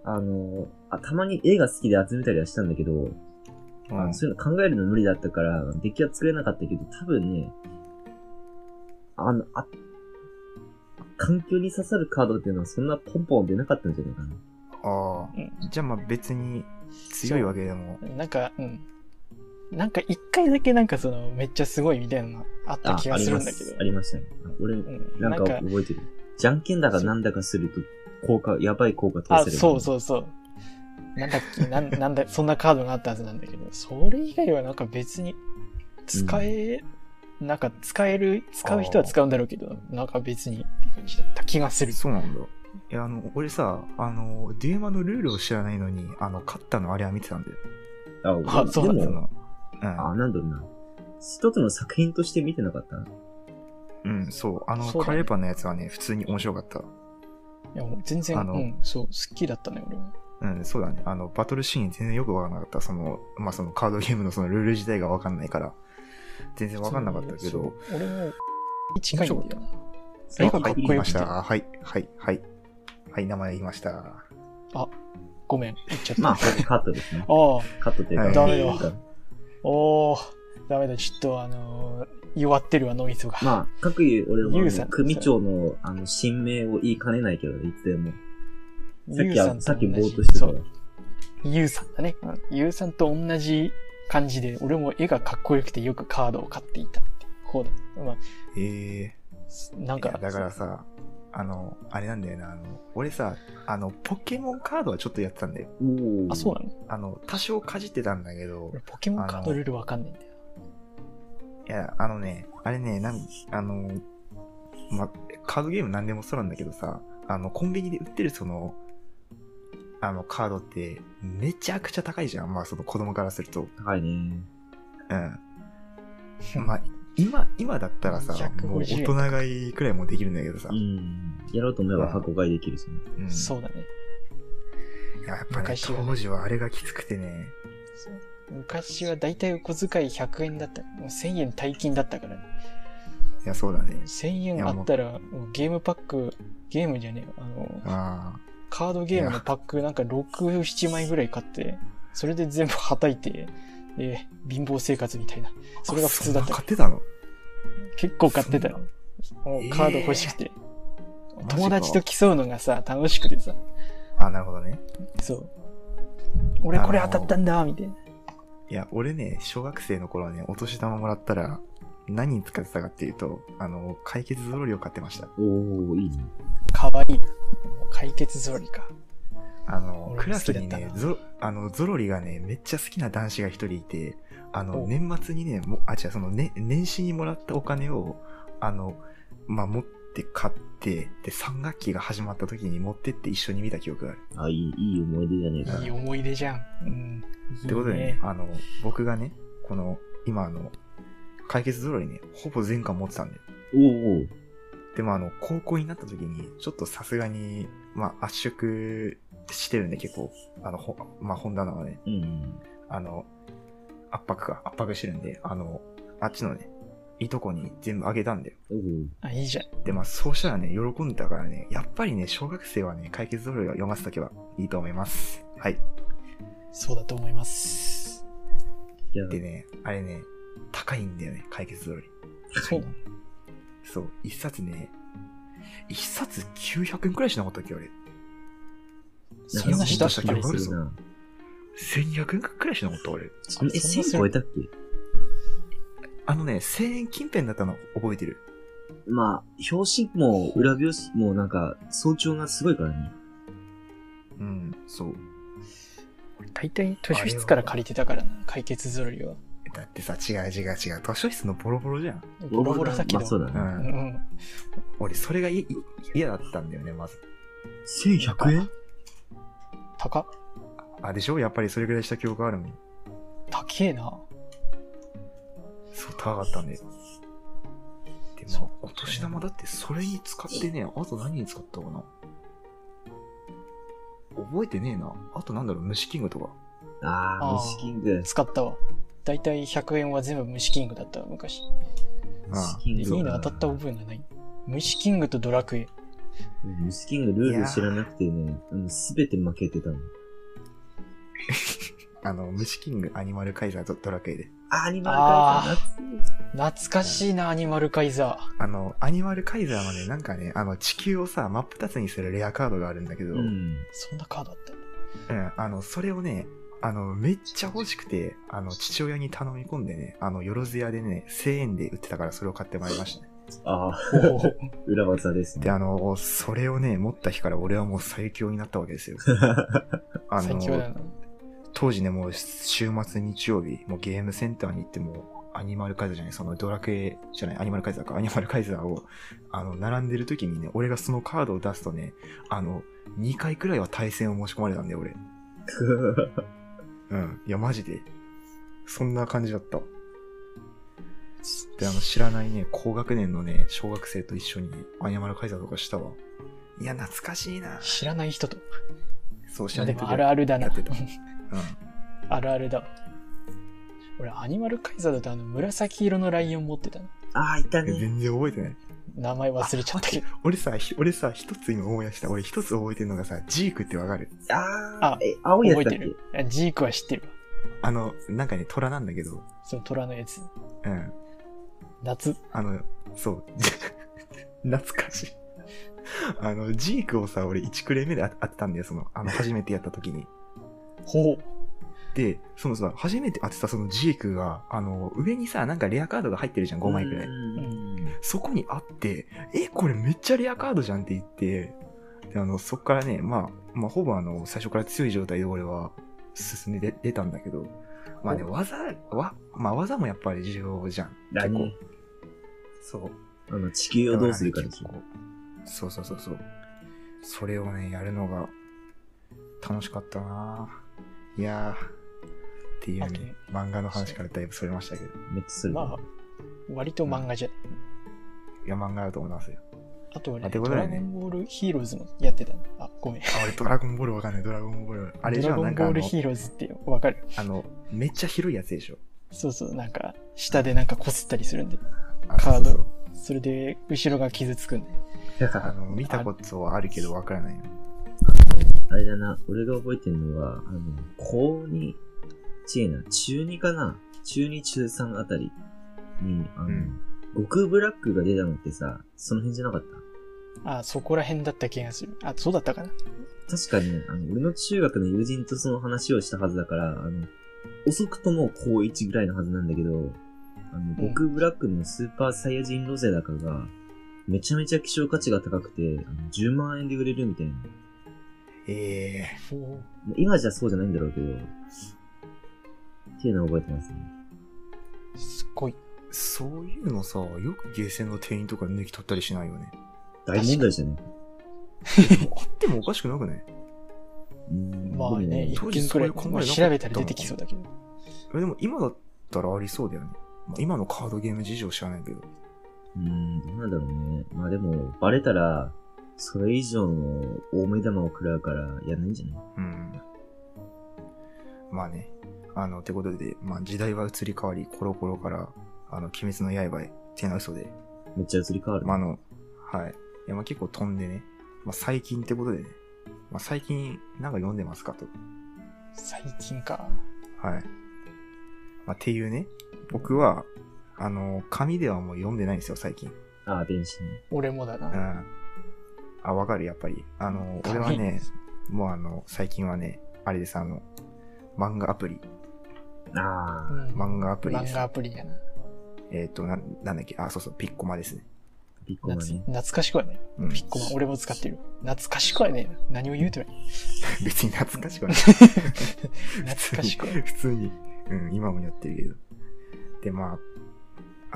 Speaker 3: あの、あたまに絵が好きで集めたりはしたんだけど、
Speaker 1: う
Speaker 3: あ
Speaker 1: ん
Speaker 3: の。そういうの考えるの無理だったから、デッキは作れなかったけど、多分ね、あの、あ、環境に刺さるカードっていうのはそんなポンポン出なかったんじゃないかな。
Speaker 1: あ
Speaker 2: うん
Speaker 1: あ。じゃあまあ別に強いわけでも。
Speaker 2: なんか、うん。なんか一回だけなんかその、めっちゃすごいみたいなのあった
Speaker 3: あ、
Speaker 2: 気
Speaker 3: あ
Speaker 2: がす
Speaker 3: り
Speaker 2: る
Speaker 3: ま
Speaker 2: んだけど
Speaker 3: す。。ありましたね。あ俺、
Speaker 2: うん、
Speaker 3: なんか
Speaker 2: なんか
Speaker 3: 覚えてる。じゃんけんだかなんだかすると、効果、やばい効果通せる
Speaker 2: あ、
Speaker 3: みたいな
Speaker 2: そうそうそう。なんだっけ、なんなんだ、そんなカードがあったはずなんだけど、それ以外はなんか別に、使え、なんか使える、使う人は使うんだろうけど、なんか別にって感じだった気がする。
Speaker 1: そうなんだ。いや、あの、俺さ、あの、デュエマのルールを知らないのに、あの、勝ったのあれは見てたんだよ。
Speaker 3: あ、
Speaker 2: あ
Speaker 3: で
Speaker 2: そうなんだ
Speaker 1: そ
Speaker 3: も
Speaker 1: の、
Speaker 3: あ、なんだろうな。一つの作品として見てなかった
Speaker 1: うん、うん、そう。あの、
Speaker 2: そうだ
Speaker 1: カ
Speaker 2: ね
Speaker 1: レーパンのやつはね、普通に面白かった。
Speaker 2: いや、もう全然、
Speaker 1: あの
Speaker 2: うん、そう、好きだったね、俺も。
Speaker 1: うん、そうだね。あの、バトルシーン全然よくわからなかった。その、まあ、そのカードゲームのそのルール自体がわかんないから、全然わかんなかったけ
Speaker 2: そう
Speaker 1: ど、。
Speaker 2: 俺も、近いんだよな。
Speaker 1: あ
Speaker 2: 絵
Speaker 1: は
Speaker 2: がか
Speaker 1: い、
Speaker 2: っこよくて
Speaker 1: 言いました。はい、はい、はい。はい、名前言いました。
Speaker 2: ごめん、言っちゃった。
Speaker 3: まあ、これカットですね。
Speaker 2: ああ、
Speaker 3: カットという
Speaker 1: は
Speaker 3: か。
Speaker 1: い
Speaker 2: ダメだ
Speaker 3: なんか
Speaker 2: おお、ダメだ、ちょっとあのー弱ってるわ、ノイズが。
Speaker 3: まあ、各いう俺
Speaker 2: ゆ
Speaker 3: も
Speaker 2: うさん
Speaker 3: 組長の、あの、新名を言いかねないけど、いつでも。さっ
Speaker 2: ユウ
Speaker 3: き
Speaker 2: さん
Speaker 3: は、
Speaker 2: と
Speaker 3: さっきぼ
Speaker 2: 同じ
Speaker 3: ーっとしてた
Speaker 2: そ
Speaker 3: わ
Speaker 2: う、ユウさんだね。うんユウさんと同じ感じで、俺も絵がかっこよくてよくカードを買っていたっていう方だ。まあ、
Speaker 1: えー、
Speaker 2: すなん
Speaker 1: い
Speaker 2: か
Speaker 1: や、だからさ、あの、あれなんだよな、あの、俺さ、あの、ポケモンカードはちょっとやってたんだよ。
Speaker 3: おー
Speaker 2: あ、そうなの
Speaker 1: あの、多少かじってたんだけど、
Speaker 2: 俺ポケモンカードルールわかんないんだよ。
Speaker 1: いや、あのね、あれね、なん、あの、ま、カードゲームなんでもそうなんだけどさ、あの、コンビニで売ってるその、あの、カードって、めちゃくちゃ高いじゃん。まあ、その子供からすると。
Speaker 3: 高いね。
Speaker 1: うん。まあ、今、今だったらさ、
Speaker 2: 250
Speaker 1: もう大人買いくらいもできるんだけどさ。
Speaker 3: うん。やろうと思えば箱買いできるしね。
Speaker 1: うん
Speaker 2: そうだね。
Speaker 1: いややっぱね、
Speaker 2: 昔はね
Speaker 1: 当時はあれがきつくてね。
Speaker 2: そう昔はだいたいお小遣い100円だった。もう1000円大金だったから。
Speaker 1: いや、そうだね。
Speaker 2: 1000円あったら、もうゲームパック、ゲームじゃねえよあの、
Speaker 1: あ
Speaker 2: カードゲームのパックなんか6、7枚ぐらい買って、それで全部はたいて、で、貧乏生活みたいな。それが普通だっ
Speaker 1: そんな
Speaker 2: た
Speaker 1: 買。ってたの
Speaker 2: 結構買ってたよ。もうカード欲しくて。友達と競うのがさ、楽しくてさ。
Speaker 1: あ、なるほどね。
Speaker 2: そう。俺これ当たったんだ、みたいな。
Speaker 1: いや、俺ね、小学生の頃ね、お年玉もらったら、何に使ってたかっていうと、あの、解決ぞろりを買ってました。
Speaker 3: おー、いいね。
Speaker 2: かわいいな。解決ぞろりか。
Speaker 1: あの、
Speaker 2: 俺も
Speaker 1: クラスに
Speaker 2: 好きだ
Speaker 1: ね
Speaker 2: っ、たな
Speaker 1: ゾあのゾロリがね、めっちゃ好きな男子が一人いて、あの、
Speaker 2: お
Speaker 1: 年末にね、もあ、違う、その、ね、年始にもらったお金を、あの、まあ、持って買って、で、3学期が始まった時に持ってって一緒に見た記憶がある。
Speaker 3: あ、いい、いい思い出じゃねえか。
Speaker 2: いい思い出じゃん。うん。
Speaker 1: ってことでね、
Speaker 2: いいね
Speaker 1: あの、僕がね、この、今あの、解決ぞろりね、ほぼ全巻持ってたんで。
Speaker 3: おーおー、
Speaker 1: でもあの、高校になった時に、ちょっとさすがに、まあ、圧縮してるんで結構、あの、ほまあ、本棚はね、
Speaker 3: うん。
Speaker 1: あの、圧迫か、圧迫してるんで、あの、あっちのね、いとこに全部あげたんだよ。
Speaker 3: おー
Speaker 2: あ、いいじゃん。
Speaker 1: で、まあ、そうしたらね、喜んでたからね、やっぱりね、小学生はね、解決ぞろりを読ませとけばいいと思います。はい。
Speaker 2: そうだと思います。
Speaker 3: いや、
Speaker 1: でね、あれね、高いんだよね、解決ぞろり。
Speaker 2: そうだ。
Speaker 1: そう、一冊ね、一冊900円くらいしなかったっけ、俺。
Speaker 2: そんなしたっ
Speaker 1: そ
Speaker 2: け
Speaker 1: んな
Speaker 3: 気
Speaker 1: したっ
Speaker 3: するな。
Speaker 1: 1200円くらいしなかった、俺。
Speaker 3: あの、え、
Speaker 2: そんな
Speaker 3: 1000超えたっけ
Speaker 1: あのね、1000円近辺だったの覚えてる。
Speaker 3: まあ、表紙も裏表紙もなんか、早朝がすごいからね。
Speaker 1: うん、そう。
Speaker 2: 大体図書室から借りてたからな、解決ぞろりは。
Speaker 1: だってさ、違う違う違う。図書室のボロボロじゃん。
Speaker 2: ボロボロだけど。
Speaker 3: まあそうだ
Speaker 1: う。
Speaker 2: う
Speaker 3: ね。
Speaker 2: んん。
Speaker 1: 俺、それがいい嫌だったんだよね、まず。
Speaker 3: 1100円
Speaker 2: 高っ
Speaker 1: あ、でしょやっぱりそれぐらいした記憶あるもん。
Speaker 2: 高えな。
Speaker 1: そう、高かったんで。で
Speaker 2: そう
Speaker 1: も、お年玉だってそれに使ってね、あと何に使ったかな覚えてねえな。あとなんだろう、虫キングとか。
Speaker 3: あ
Speaker 2: あー
Speaker 3: ー、虫キング。
Speaker 2: 使ったわ。大体100円は全部虫キングだったわ、昔。
Speaker 1: あ
Speaker 3: 虫キン
Speaker 2: でい
Speaker 3: グ。
Speaker 2: いの当たった覚えがない。虫キングとドラクエ。
Speaker 3: うん虫キングルール知らなくてね、すべて負けてたの。
Speaker 1: あの、虫キング、アニマルカイザーとドラクエで。
Speaker 3: あー、アニマルカイザー夏
Speaker 2: 懐かしいな、アニマルカイザ
Speaker 1: あの、アニマルカイザーはね、なんかね、あの、地球をさ、真っ二つにするレアカードがあるんだけど、う
Speaker 3: う
Speaker 1: ん、
Speaker 3: ん。
Speaker 2: ー。そんなカードあったんだ
Speaker 1: あの、それをね、あの、めっちゃ欲しくて、あの、父親に頼み込んでね、あの、よろずやでね、1000円で売ってたからそれを買ってまいりましたね。
Speaker 3: ああ、
Speaker 2: おー
Speaker 3: 裏技です
Speaker 1: で、
Speaker 3: ね。
Speaker 1: あの、それをね、持った日から俺はもう最強になったわけです よ。あ
Speaker 2: 最強だ
Speaker 1: の、
Speaker 2: な。
Speaker 1: 当時ね、もう週末日曜日、もうゲームセンターに行っても、アニマルカイザーじゃない、そのドラクエじゃない、アニマルカイザーか、アニマルカイザーを、あの、並んでる時にね、俺がそのカードを出すとね、あの、2回くらいは対戦を申し込まれたんだよ、俺。うん。いや、マジで。そんな感じだった。で、あの、知らないね、高学年のね、小学生と一緒にアニマルカイザーとかしたわ。いや、懐かしいな。
Speaker 2: 知らない人と。
Speaker 1: そう、知らな
Speaker 2: で
Speaker 1: い時
Speaker 2: も
Speaker 1: は
Speaker 2: あるあるだ
Speaker 1: や
Speaker 2: な
Speaker 1: っ。てた。うん。
Speaker 2: あるあるだわ。俺、アニマルカイザーだとあの紫色のライオン持ってたの。
Speaker 3: ああ、いた
Speaker 1: え
Speaker 3: ね。
Speaker 1: 全然覚えてない。
Speaker 2: 名前忘れちゃったけど。
Speaker 1: 俺さ、ひ俺さ、一つ今思い出した。俺一つ覚えてるのがさ、ジークってわかる
Speaker 3: あ
Speaker 2: あ
Speaker 3: あ、え、青いや
Speaker 2: 覚
Speaker 3: つ
Speaker 2: え
Speaker 3: だってけ
Speaker 2: る。あジークは知ってるわ。
Speaker 1: あの、なんかね、虎なんだけど、
Speaker 2: その虎のやつ。
Speaker 1: うん。
Speaker 2: 夏。
Speaker 1: あの、そう。 懐かしい。あの、ジークをさ、俺1クレー目であ当てたんだよ、その、あの、初めてやった時に。
Speaker 2: ほう。
Speaker 1: で、そのさ、初めて当てたそのジークが、あの、上にさ、なんかレアカードが入ってるじゃん、5枚くらい。
Speaker 3: うん
Speaker 1: そこにあって、え、これめっちゃレアカードじゃんって言って、であの、そっからね、まあ、まあ、ほぼあの、最初から強い状態で俺は進んで出たんだけど、まあね、技は、まあ技もやっぱり重要じゃん。
Speaker 3: だね。
Speaker 1: そう。
Speaker 3: あの、地球をどうするかですよ。
Speaker 1: そうそうそうそう。それをね、やるのが楽しかったなぁいやーっていうね、漫画の話からだいぶそれましたけど、
Speaker 3: めっちゃする。
Speaker 2: まあ、割と漫画じゃん。
Speaker 1: いや、漫画だと思いますよ。
Speaker 2: あと俺、
Speaker 1: あ
Speaker 2: ね、
Speaker 1: というこ
Speaker 2: ド
Speaker 1: とだ
Speaker 2: ラ
Speaker 1: よね
Speaker 2: ゴンボールヒーローズもやってたの。あ、ごめん。
Speaker 1: あ、俺ドラゴンボールわかんない、ドラゴンボール。あれじ
Speaker 2: ド
Speaker 1: ゃ
Speaker 2: ラ
Speaker 1: ん、
Speaker 2: ゴ
Speaker 1: なん
Speaker 2: ンボ
Speaker 1: かあ
Speaker 2: ール
Speaker 1: の、
Speaker 2: ヒーローズってわかる
Speaker 1: あの、めっちゃ広いやつでしょ。
Speaker 2: そうそう、なんか、下でなんかこすったりするんで。
Speaker 1: あ
Speaker 2: カード
Speaker 1: そうそうそう
Speaker 2: それで、後ろが傷つくんで。
Speaker 1: あの、見たことはあるけどわからないの。
Speaker 3: あれだな、俺が覚えてるのは、あの、高2、違えな、中2かな中2、中3あたりに、あの、
Speaker 1: うん
Speaker 3: 極ブラックが出たのってさ、その辺じゃなかった
Speaker 2: あ、そこら辺だった気がする。あ、そうだったかな。
Speaker 3: 確かね、あの、俺の中学の友人とその話をしたはずだから、あの、遅くとも高1ぐらいのはずなんだけど、あの、
Speaker 2: うん
Speaker 3: 僕ブラックのスーパーサイヤ人ロゼだかが、めちゃめちゃ希少価値が高くて、あの10万円で売れるみたいな。
Speaker 1: ええ
Speaker 3: 今じゃそうじゃないんだろうけど、っていうのは覚えてますね。
Speaker 2: すっごい。
Speaker 1: そういうのさ、よくゲーセンの店員とか抜き取ったりしないよね。
Speaker 3: 大問題でしたね。
Speaker 1: あってもおかしくなくね。
Speaker 3: うん
Speaker 2: まあ
Speaker 3: でも
Speaker 2: ね、一
Speaker 1: 当時
Speaker 2: 件く
Speaker 1: そう
Speaker 2: らい、
Speaker 1: いう考え
Speaker 2: まあ
Speaker 1: なかった
Speaker 2: 調べたら出てきそうだけど。
Speaker 1: えでも今だったらありそうだよね。まあ、今のカードゲーム事情知らないけど。
Speaker 3: うん、どうなんだろうね。まあでも、バレたら、それ以上の大目玉を食らうから、やらないんじゃない
Speaker 1: うん。まあね。あの、てことで、まあ時代は移り変わり、コロコロから、あの、鬼滅の刃へ、てな嘘で、
Speaker 3: めっちゃ移り変わる。
Speaker 1: まあ、あの、はい。いや、まあ結構飛んでね。まあ最近ってことでね。まあ最近、なんか読んでますかと。
Speaker 2: 最近か。
Speaker 1: はい。まあっていうね。僕は、あの、紙ではもう読んでないんですよ、最近。
Speaker 3: ああ、電子ね。
Speaker 2: 俺もだな。
Speaker 1: うん。あ、わかる、やっぱり。あの、俺はね、もうあの、最近はね、あれです、あの、漫画アプリ。
Speaker 3: あ
Speaker 2: う
Speaker 3: あ、
Speaker 2: ん、
Speaker 1: 漫画アプリで
Speaker 2: 漫
Speaker 1: す
Speaker 2: 画。アプリやな。
Speaker 1: えっ、となん、なんだっけ、あ、そうそう、ピッコマですね。
Speaker 3: ピッコマ
Speaker 2: 懐
Speaker 3: ね。
Speaker 2: 懐かしくはね。
Speaker 1: うん。
Speaker 2: ピッコマ、俺も使ってる。懐かしくはねえな。何を言うてもい い。
Speaker 1: 別に懐かしくはない。
Speaker 2: 懐かしくは。
Speaker 1: 普通に、うん、今もやってるけど。で、まあ、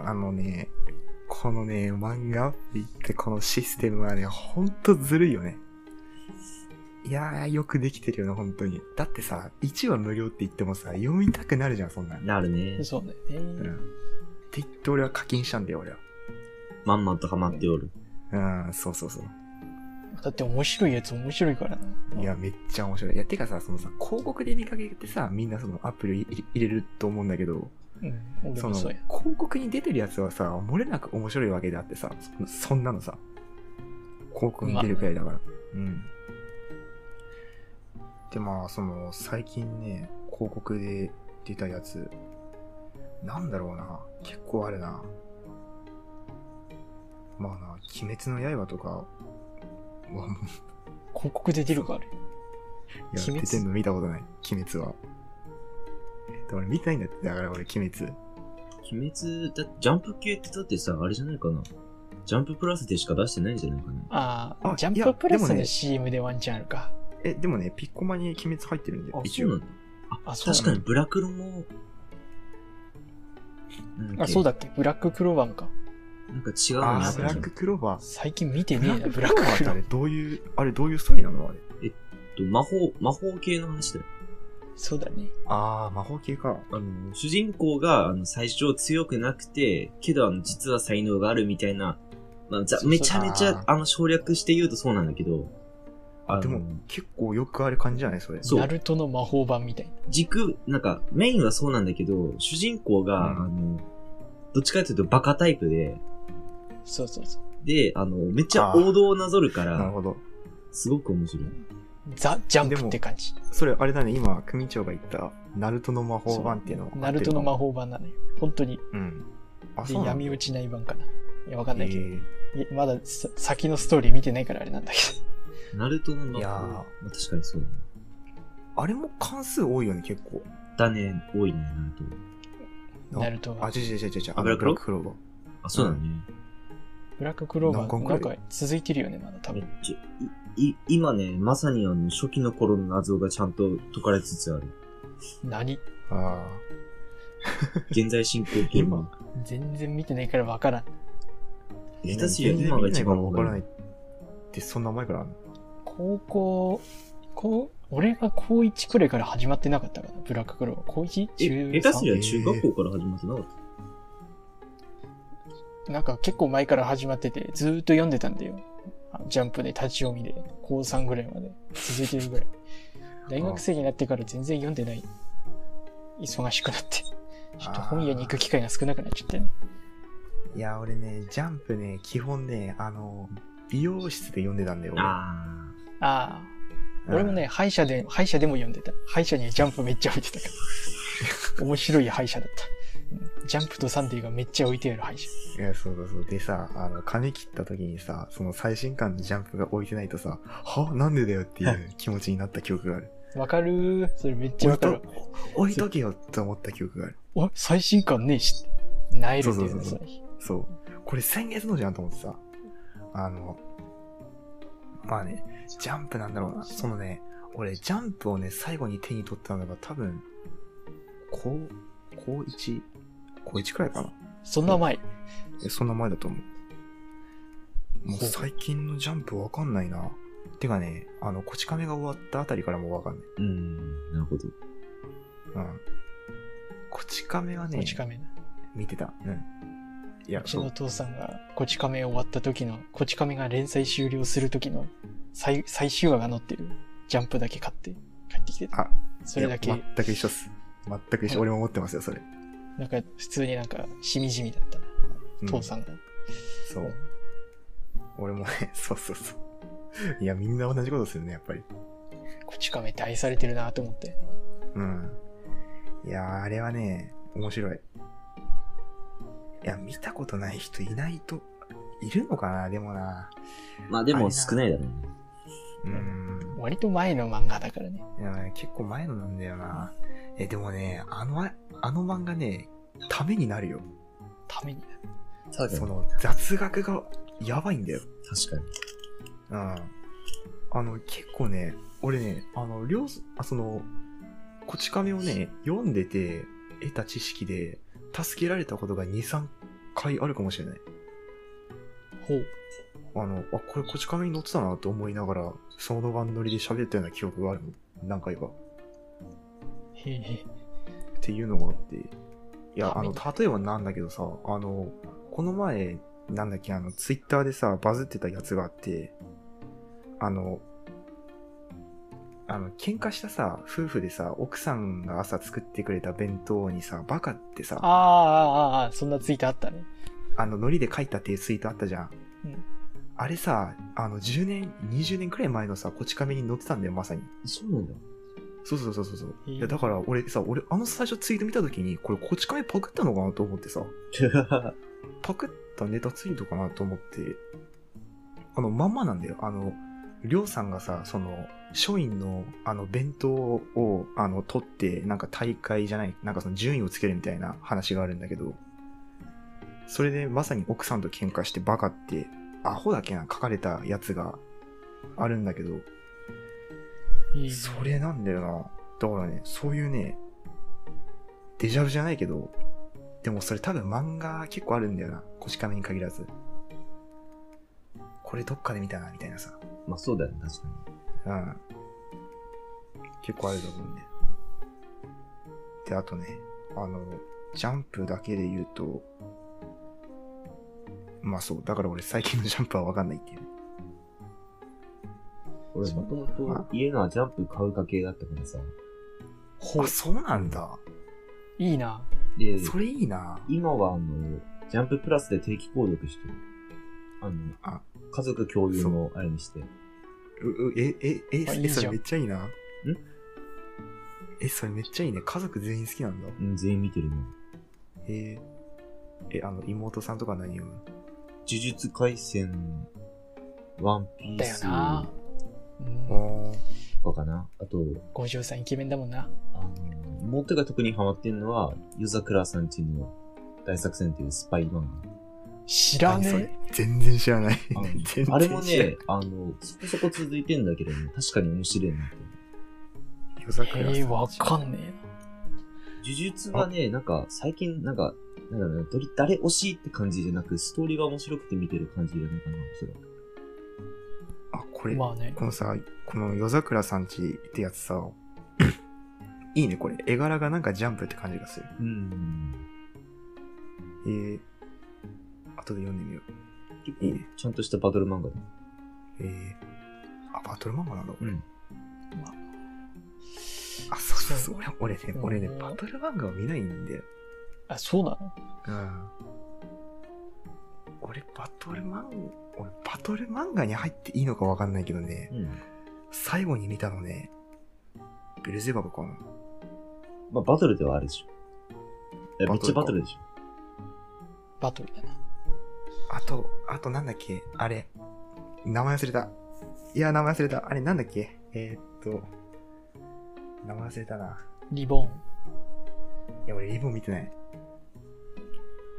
Speaker 1: あのね、このね、漫画アプリってこのシステムはね、ほんとずるいよね。いやー、よくできてるよね、本当に。だってさ、1話無料って言ってもさ、読みたくなるじゃん、そんなん。
Speaker 3: なるね。
Speaker 2: そうだよ
Speaker 1: うん。
Speaker 2: ね
Speaker 1: っ。て言って俺は課金したんだよ、俺は。
Speaker 3: まんまとハマっておる。
Speaker 1: うん、そうそうそう。
Speaker 2: だって面白いやつ面白いからな。
Speaker 1: いや、めっちゃ面白い。いや、てかさ、そのさ、広告で見かけてさ、みんなそのアプリを入れ入れると思うんだけど、
Speaker 2: うん、俺
Speaker 1: そ
Speaker 2: も
Speaker 1: の、
Speaker 2: そう
Speaker 1: 広
Speaker 2: や。
Speaker 1: 告に出てるやつはさ、漏れなく面白いわけであってさ、そそんなのさ、広告に出るくらいだから。うん。で、まあ、その、最近ね、広告で出たやつ、なんだろうな、結構あるな。まあな、鬼滅の刃とか、はもう
Speaker 2: 広告で出るからある。
Speaker 1: いや、
Speaker 2: 鬼滅
Speaker 1: 出てんの見たことない。鬼滅は。で俺見たいんだって、だから俺、鬼滅。
Speaker 3: 鬼滅、だジャンプ系ってだってさ、あれじゃないかな。ジャンププラスでしか出してないんじゃないかな。
Speaker 2: ああ、
Speaker 1: あ
Speaker 2: ジャ
Speaker 1: い
Speaker 2: ン
Speaker 1: や
Speaker 2: ププラス
Speaker 1: でも
Speaker 2: の
Speaker 1: ね
Speaker 2: CM でワンチャンあるか。
Speaker 1: え、でもね、ピッコマに鬼滅入ってるんで
Speaker 3: あ、、
Speaker 1: 一
Speaker 3: そうな
Speaker 1: 応
Speaker 3: ん。だ。
Speaker 2: あ、そう
Speaker 3: 確
Speaker 2: だ
Speaker 3: かにブラクロも、なん
Speaker 2: あ、そう
Speaker 3: だっ
Speaker 2: だっけブラッククローバーもか。
Speaker 3: け。なんか違うの
Speaker 1: あ
Speaker 3: あ
Speaker 1: あ
Speaker 3: っ
Speaker 1: ー、
Speaker 3: た
Speaker 1: ブ
Speaker 3: じゃ
Speaker 1: ラ
Speaker 3: ん
Speaker 1: ッククローバー。
Speaker 2: 最近見てねえな、ブ
Speaker 1: ブ
Speaker 2: ラ
Speaker 1: ラッ
Speaker 2: ック
Speaker 1: ク
Speaker 2: ク
Speaker 1: ク
Speaker 2: ロ
Speaker 1: ローバーってあ
Speaker 2: ーバー
Speaker 1: れ、。どういう、あれ、どういうストーリーなのあれ。
Speaker 3: と魔法、魔法系の話だよ。
Speaker 2: そうだね。
Speaker 1: ああ、魔法系か。
Speaker 3: あの、主人公が、あの、最初強くなくて、けど、あの、実は才能があるみたいな、まあ、ざ
Speaker 2: そうそう
Speaker 3: めちゃめちゃ
Speaker 1: あ、
Speaker 3: あの、省略して言うとそうなんだけど、あの
Speaker 1: でも、結構よくある感じじゃないそれ。
Speaker 3: そう
Speaker 2: ナルトの魔法版みたいな。
Speaker 3: 軸、なんか、メインはそうなんだけど、主人公が、
Speaker 1: うん
Speaker 3: あの、どっちかというとバカタイプで、
Speaker 2: そうそうそう。
Speaker 3: で、あの、めっちゃ
Speaker 1: あー
Speaker 3: 王道をなぞるか
Speaker 1: なる
Speaker 3: ら、
Speaker 1: ほど。
Speaker 3: すごく面白い。
Speaker 2: ザ・ジャンプって感じ。
Speaker 1: それ、あれだね、今、組長が言った、ナルトの魔法版っていうのは
Speaker 2: ナルトの魔
Speaker 1: 法。
Speaker 2: 法版なのよ。本当に。
Speaker 1: うん。あ、
Speaker 2: で
Speaker 1: そうなんだ
Speaker 2: 闇落ちない版かな。いや、わかんないけど
Speaker 1: えー。
Speaker 2: いやまださ先のストーリー見てないからあれなんだけ
Speaker 3: ナルトの魔法
Speaker 1: いやー
Speaker 3: まあ、確かにそうだね。
Speaker 1: あれも関数多いよね、結構。
Speaker 3: だね、多いね、ナルト。
Speaker 2: ど。ナルト
Speaker 1: あ、
Speaker 2: は。
Speaker 1: 違う違う違う違う。
Speaker 3: あブラックロー
Speaker 1: クローバー。
Speaker 3: あ、そうだね。
Speaker 2: ブラッククローバーな
Speaker 1: なんんか
Speaker 2: か続いてるよね、まだ多
Speaker 3: めっ
Speaker 2: 分。
Speaker 3: ちゃ、い、い、今ね、まさにあの、初期の頃の謎がちゃんと解かれつつある。
Speaker 2: 何
Speaker 1: ああ。
Speaker 3: 現在進行形も。
Speaker 2: 全然見てないからわからん。
Speaker 3: 下手すりゃ
Speaker 1: 全然
Speaker 3: 今
Speaker 1: 見
Speaker 3: が
Speaker 1: な
Speaker 3: 一
Speaker 1: いから
Speaker 3: 番
Speaker 1: 分からない
Speaker 3: い。
Speaker 1: って、そんな前からあるの
Speaker 2: 高校、こう、俺が高1くらいから始まってなかったかな、ブラッククローバー。高 1? 中
Speaker 3: え、下手すりゃ中
Speaker 1: え
Speaker 3: 学
Speaker 1: ー
Speaker 3: 校から始まってなかった。
Speaker 2: なんか結構前から始まってて、ずーっと読んでたんだよ。あジャンプで立ち読みで、高3ぐらいまで続いてる ぐらい。大学生になってから全然読んでない。忙しくなって。ちょっと本屋に行く機会が少なくなっちゃってね。
Speaker 1: いや、俺ね、ジャンプね、基本ね、あの、美容室で読んでたんだよ。俺
Speaker 3: あ
Speaker 2: ああ、
Speaker 1: う
Speaker 2: 俺もね、歯医者で、歯医者でも読んでた。歯医者にジャンプめっちゃ置いて たから。面白い歯医者だった。うんジャンプとサンデーがめっちゃ置いてある歯医者。
Speaker 1: いや、そうそうそう。でさ、あの、髪切った時にさ、その最新刊のジャンプが置いてないとさ、はなんでだよっていう気持ちになった記憶がある。
Speaker 2: わかるーそれめっちゃわかるわ。
Speaker 1: 置いとけよって思った記憶がある。
Speaker 2: お最新刊ねえし。ナイルっていうの
Speaker 1: そ
Speaker 2: さ
Speaker 1: うそう。そう。これ先月のじゃんと思ってさ、あの、まあね、ジャンプなんだろうな。そのね、俺、ジャンプをね、最後に手に取ったのが多分、高、高1、高1くらいかな。
Speaker 2: そんな前。
Speaker 1: えそんな前だと思う。もう
Speaker 2: ほう
Speaker 1: 最近のジャンプわかんないな。てかね、あの、こち亀が終わったあたりからもうわかんない。
Speaker 3: うん、なるほど。
Speaker 1: うん。こち亀はね
Speaker 2: こ、ち亀な。
Speaker 1: 見てた。うん。いや、
Speaker 2: うち
Speaker 1: そ
Speaker 2: のお
Speaker 1: う。
Speaker 2: 父さんがこち亀終わった時の、こち亀が連載終了する時の最最終話が載ってるジャンプだけ買って帰ってきてた
Speaker 1: あ。
Speaker 2: それだ
Speaker 1: い
Speaker 2: け
Speaker 1: や、全く一緒っす。全く一緒。
Speaker 2: うん
Speaker 1: 俺も思ってますよ、それ。
Speaker 2: なんか普通になんかしみじみだったな。
Speaker 1: う
Speaker 2: 父さんが。
Speaker 1: そう。俺もね、 そうそうそう。いや、みんな同じことするね、やっぱり。
Speaker 2: こち亀って愛されてるなと思って。
Speaker 1: うん。いやー、あれはね、面白い。いや、見たことない人いないと、いるのかな、でもな。
Speaker 3: まあでも少ないだろうね。
Speaker 1: うん。
Speaker 2: 割と前の漫画だからね。
Speaker 1: いやね結構前のなんだよな。え、でもね、あのあ、あの漫画ね、ためになるよ。
Speaker 2: ためになる。
Speaker 3: ただ、
Speaker 1: そ
Speaker 3: 確
Speaker 1: の雑学がやばいんだよ。
Speaker 3: かに。
Speaker 1: うん。あの、結構ね、俺ね、あの、両す、あ、その、こち亀をね、読んでて、得た知識で、助けられたことが2、3回あるかもしれない。
Speaker 2: ほう。
Speaker 1: あの、あ、これこち亀に乗ってたなと思いながら、その場乗りで喋ったような記憶があるの。何回か。っ
Speaker 2: へえへ
Speaker 1: ていうのがあって。いや、あ
Speaker 2: 亀
Speaker 1: の、例えばなんだけどさ、あの、この前、なんだっけ、あの、ツイッターでさ、バズってたやつがあって、あの、あの、喧嘩したさ、夫婦でさ、奥さんが朝作ってくれた弁当にさ、バカってさ、
Speaker 2: あ
Speaker 1: あ
Speaker 2: あああああ、そんなツイートあったね。
Speaker 1: の、海苔で書いたっていうツイートあったじゃん。
Speaker 2: うん
Speaker 1: あれさ、あの、10年、20年くらい前のさ、こち亀に乗ってたんだよ、まさに。
Speaker 3: そうなんだ。
Speaker 1: そうそうそうそうそう。
Speaker 2: へえ
Speaker 1: いや、だから俺さ、俺、あの最初ツイート見たときに、これ、こち亀パクったのかなと思ってさ、パクったネタツイートかなと思って、あの、まんまなんだよ。あの、りょうさんがさ、その、書院の、あの、弁当を、あの、取って、なんか大会じゃない、なんかその順位をつけるみたいな話があるんだけど、それでまさに奥さんと喧嘩してバカって、アホだっけな、書かれたやつがあるんだけど、
Speaker 2: いいね
Speaker 1: それなんだよな。だからね、そういうね、デジャブじゃないけど、でもそれ多分漫画結構あるんだよな。腰亀に限らず。これどっかで見たな、みたいなさ。
Speaker 3: まあそうだよね、確かに。
Speaker 1: うん。結構あると思うんで。で、あとね、あの、ジャンプだけで言うと、まあそう、だから俺最近のジャンプはわかんないっていうね。
Speaker 3: 俺もともと家がジャンプ買う家系だったからさ。
Speaker 2: ほう
Speaker 1: あ、。そうなんだ。
Speaker 2: いいな。
Speaker 3: で、
Speaker 1: それいいな。
Speaker 3: 今はあの、ジャンププラスで定期購読してる。あの、
Speaker 1: あ
Speaker 3: 家族共有のあれにして。
Speaker 1: ううえ、え、え、
Speaker 2: あいい
Speaker 1: え、
Speaker 2: じゃん
Speaker 1: それめっちゃいいな。んえ、それめっちゃいいね。家族全員好きなんだ。
Speaker 3: うん、全員見てるね。
Speaker 1: えー、え、あの、妹さんとか何読む
Speaker 3: 呪術廻戦、ワンピー
Speaker 2: だよ
Speaker 3: ス
Speaker 2: な
Speaker 3: と。
Speaker 2: うん。
Speaker 1: の
Speaker 3: かかな。あと、
Speaker 2: 53イケメンだもんな。
Speaker 3: あの、妹が特にハマってんのは、夜桜さんちの大作戦っていうスパイ漫
Speaker 2: 知
Speaker 1: あ
Speaker 2: ら
Speaker 1: 何それ
Speaker 2: ね
Speaker 1: 全然知らない。
Speaker 3: 画。あ
Speaker 1: 全然知ら
Speaker 3: あ
Speaker 1: ない
Speaker 3: れもね、、あの、そこそこ続いてんだけどね、確かに面白いなって。
Speaker 1: 夜桜
Speaker 2: え。
Speaker 1: さん
Speaker 2: えー、わかんね
Speaker 3: 呪術はね、なんか、最近、なんか、なんだろうな、どれ、誰推しって感じじゃなく、ストーリーが面白くて見てる感じじゃないかな、面白い。
Speaker 1: あ、こ
Speaker 2: え
Speaker 1: れ、
Speaker 2: な。まあね。
Speaker 1: このさ、この夜桜さんちってやつさ、 いいね、これ。絵柄がなんかジャンプって感じがする。
Speaker 3: うん。
Speaker 1: えー、後で読んでみよう。
Speaker 3: 結
Speaker 1: いいね
Speaker 3: 構、ちゃんとしたバトル漫画だ。
Speaker 1: えー、あ、バトル漫画なんだ、これ。
Speaker 3: ん。
Speaker 1: あ、そうそうそう。俺ね、俺ね
Speaker 2: う、ん
Speaker 1: バトル漫画を見ないんだよ。
Speaker 2: あ、そうなの
Speaker 1: うん。俺、バトル漫画、俺、バトル漫画に入っていいのかわかんないけどね、
Speaker 3: うん。
Speaker 1: 最後に見たのね、ベルゼバブかな。
Speaker 3: まあ、バトルではあるでしょ。え、めっちゃバトルでしょ。
Speaker 2: バトルだな。
Speaker 1: あと、あとなんだっけあれ。名前忘れた。いや、名前忘れた。あれなんだっけえーっと、名前忘れたな。
Speaker 2: リボン。
Speaker 1: いや、俺リボン見てない。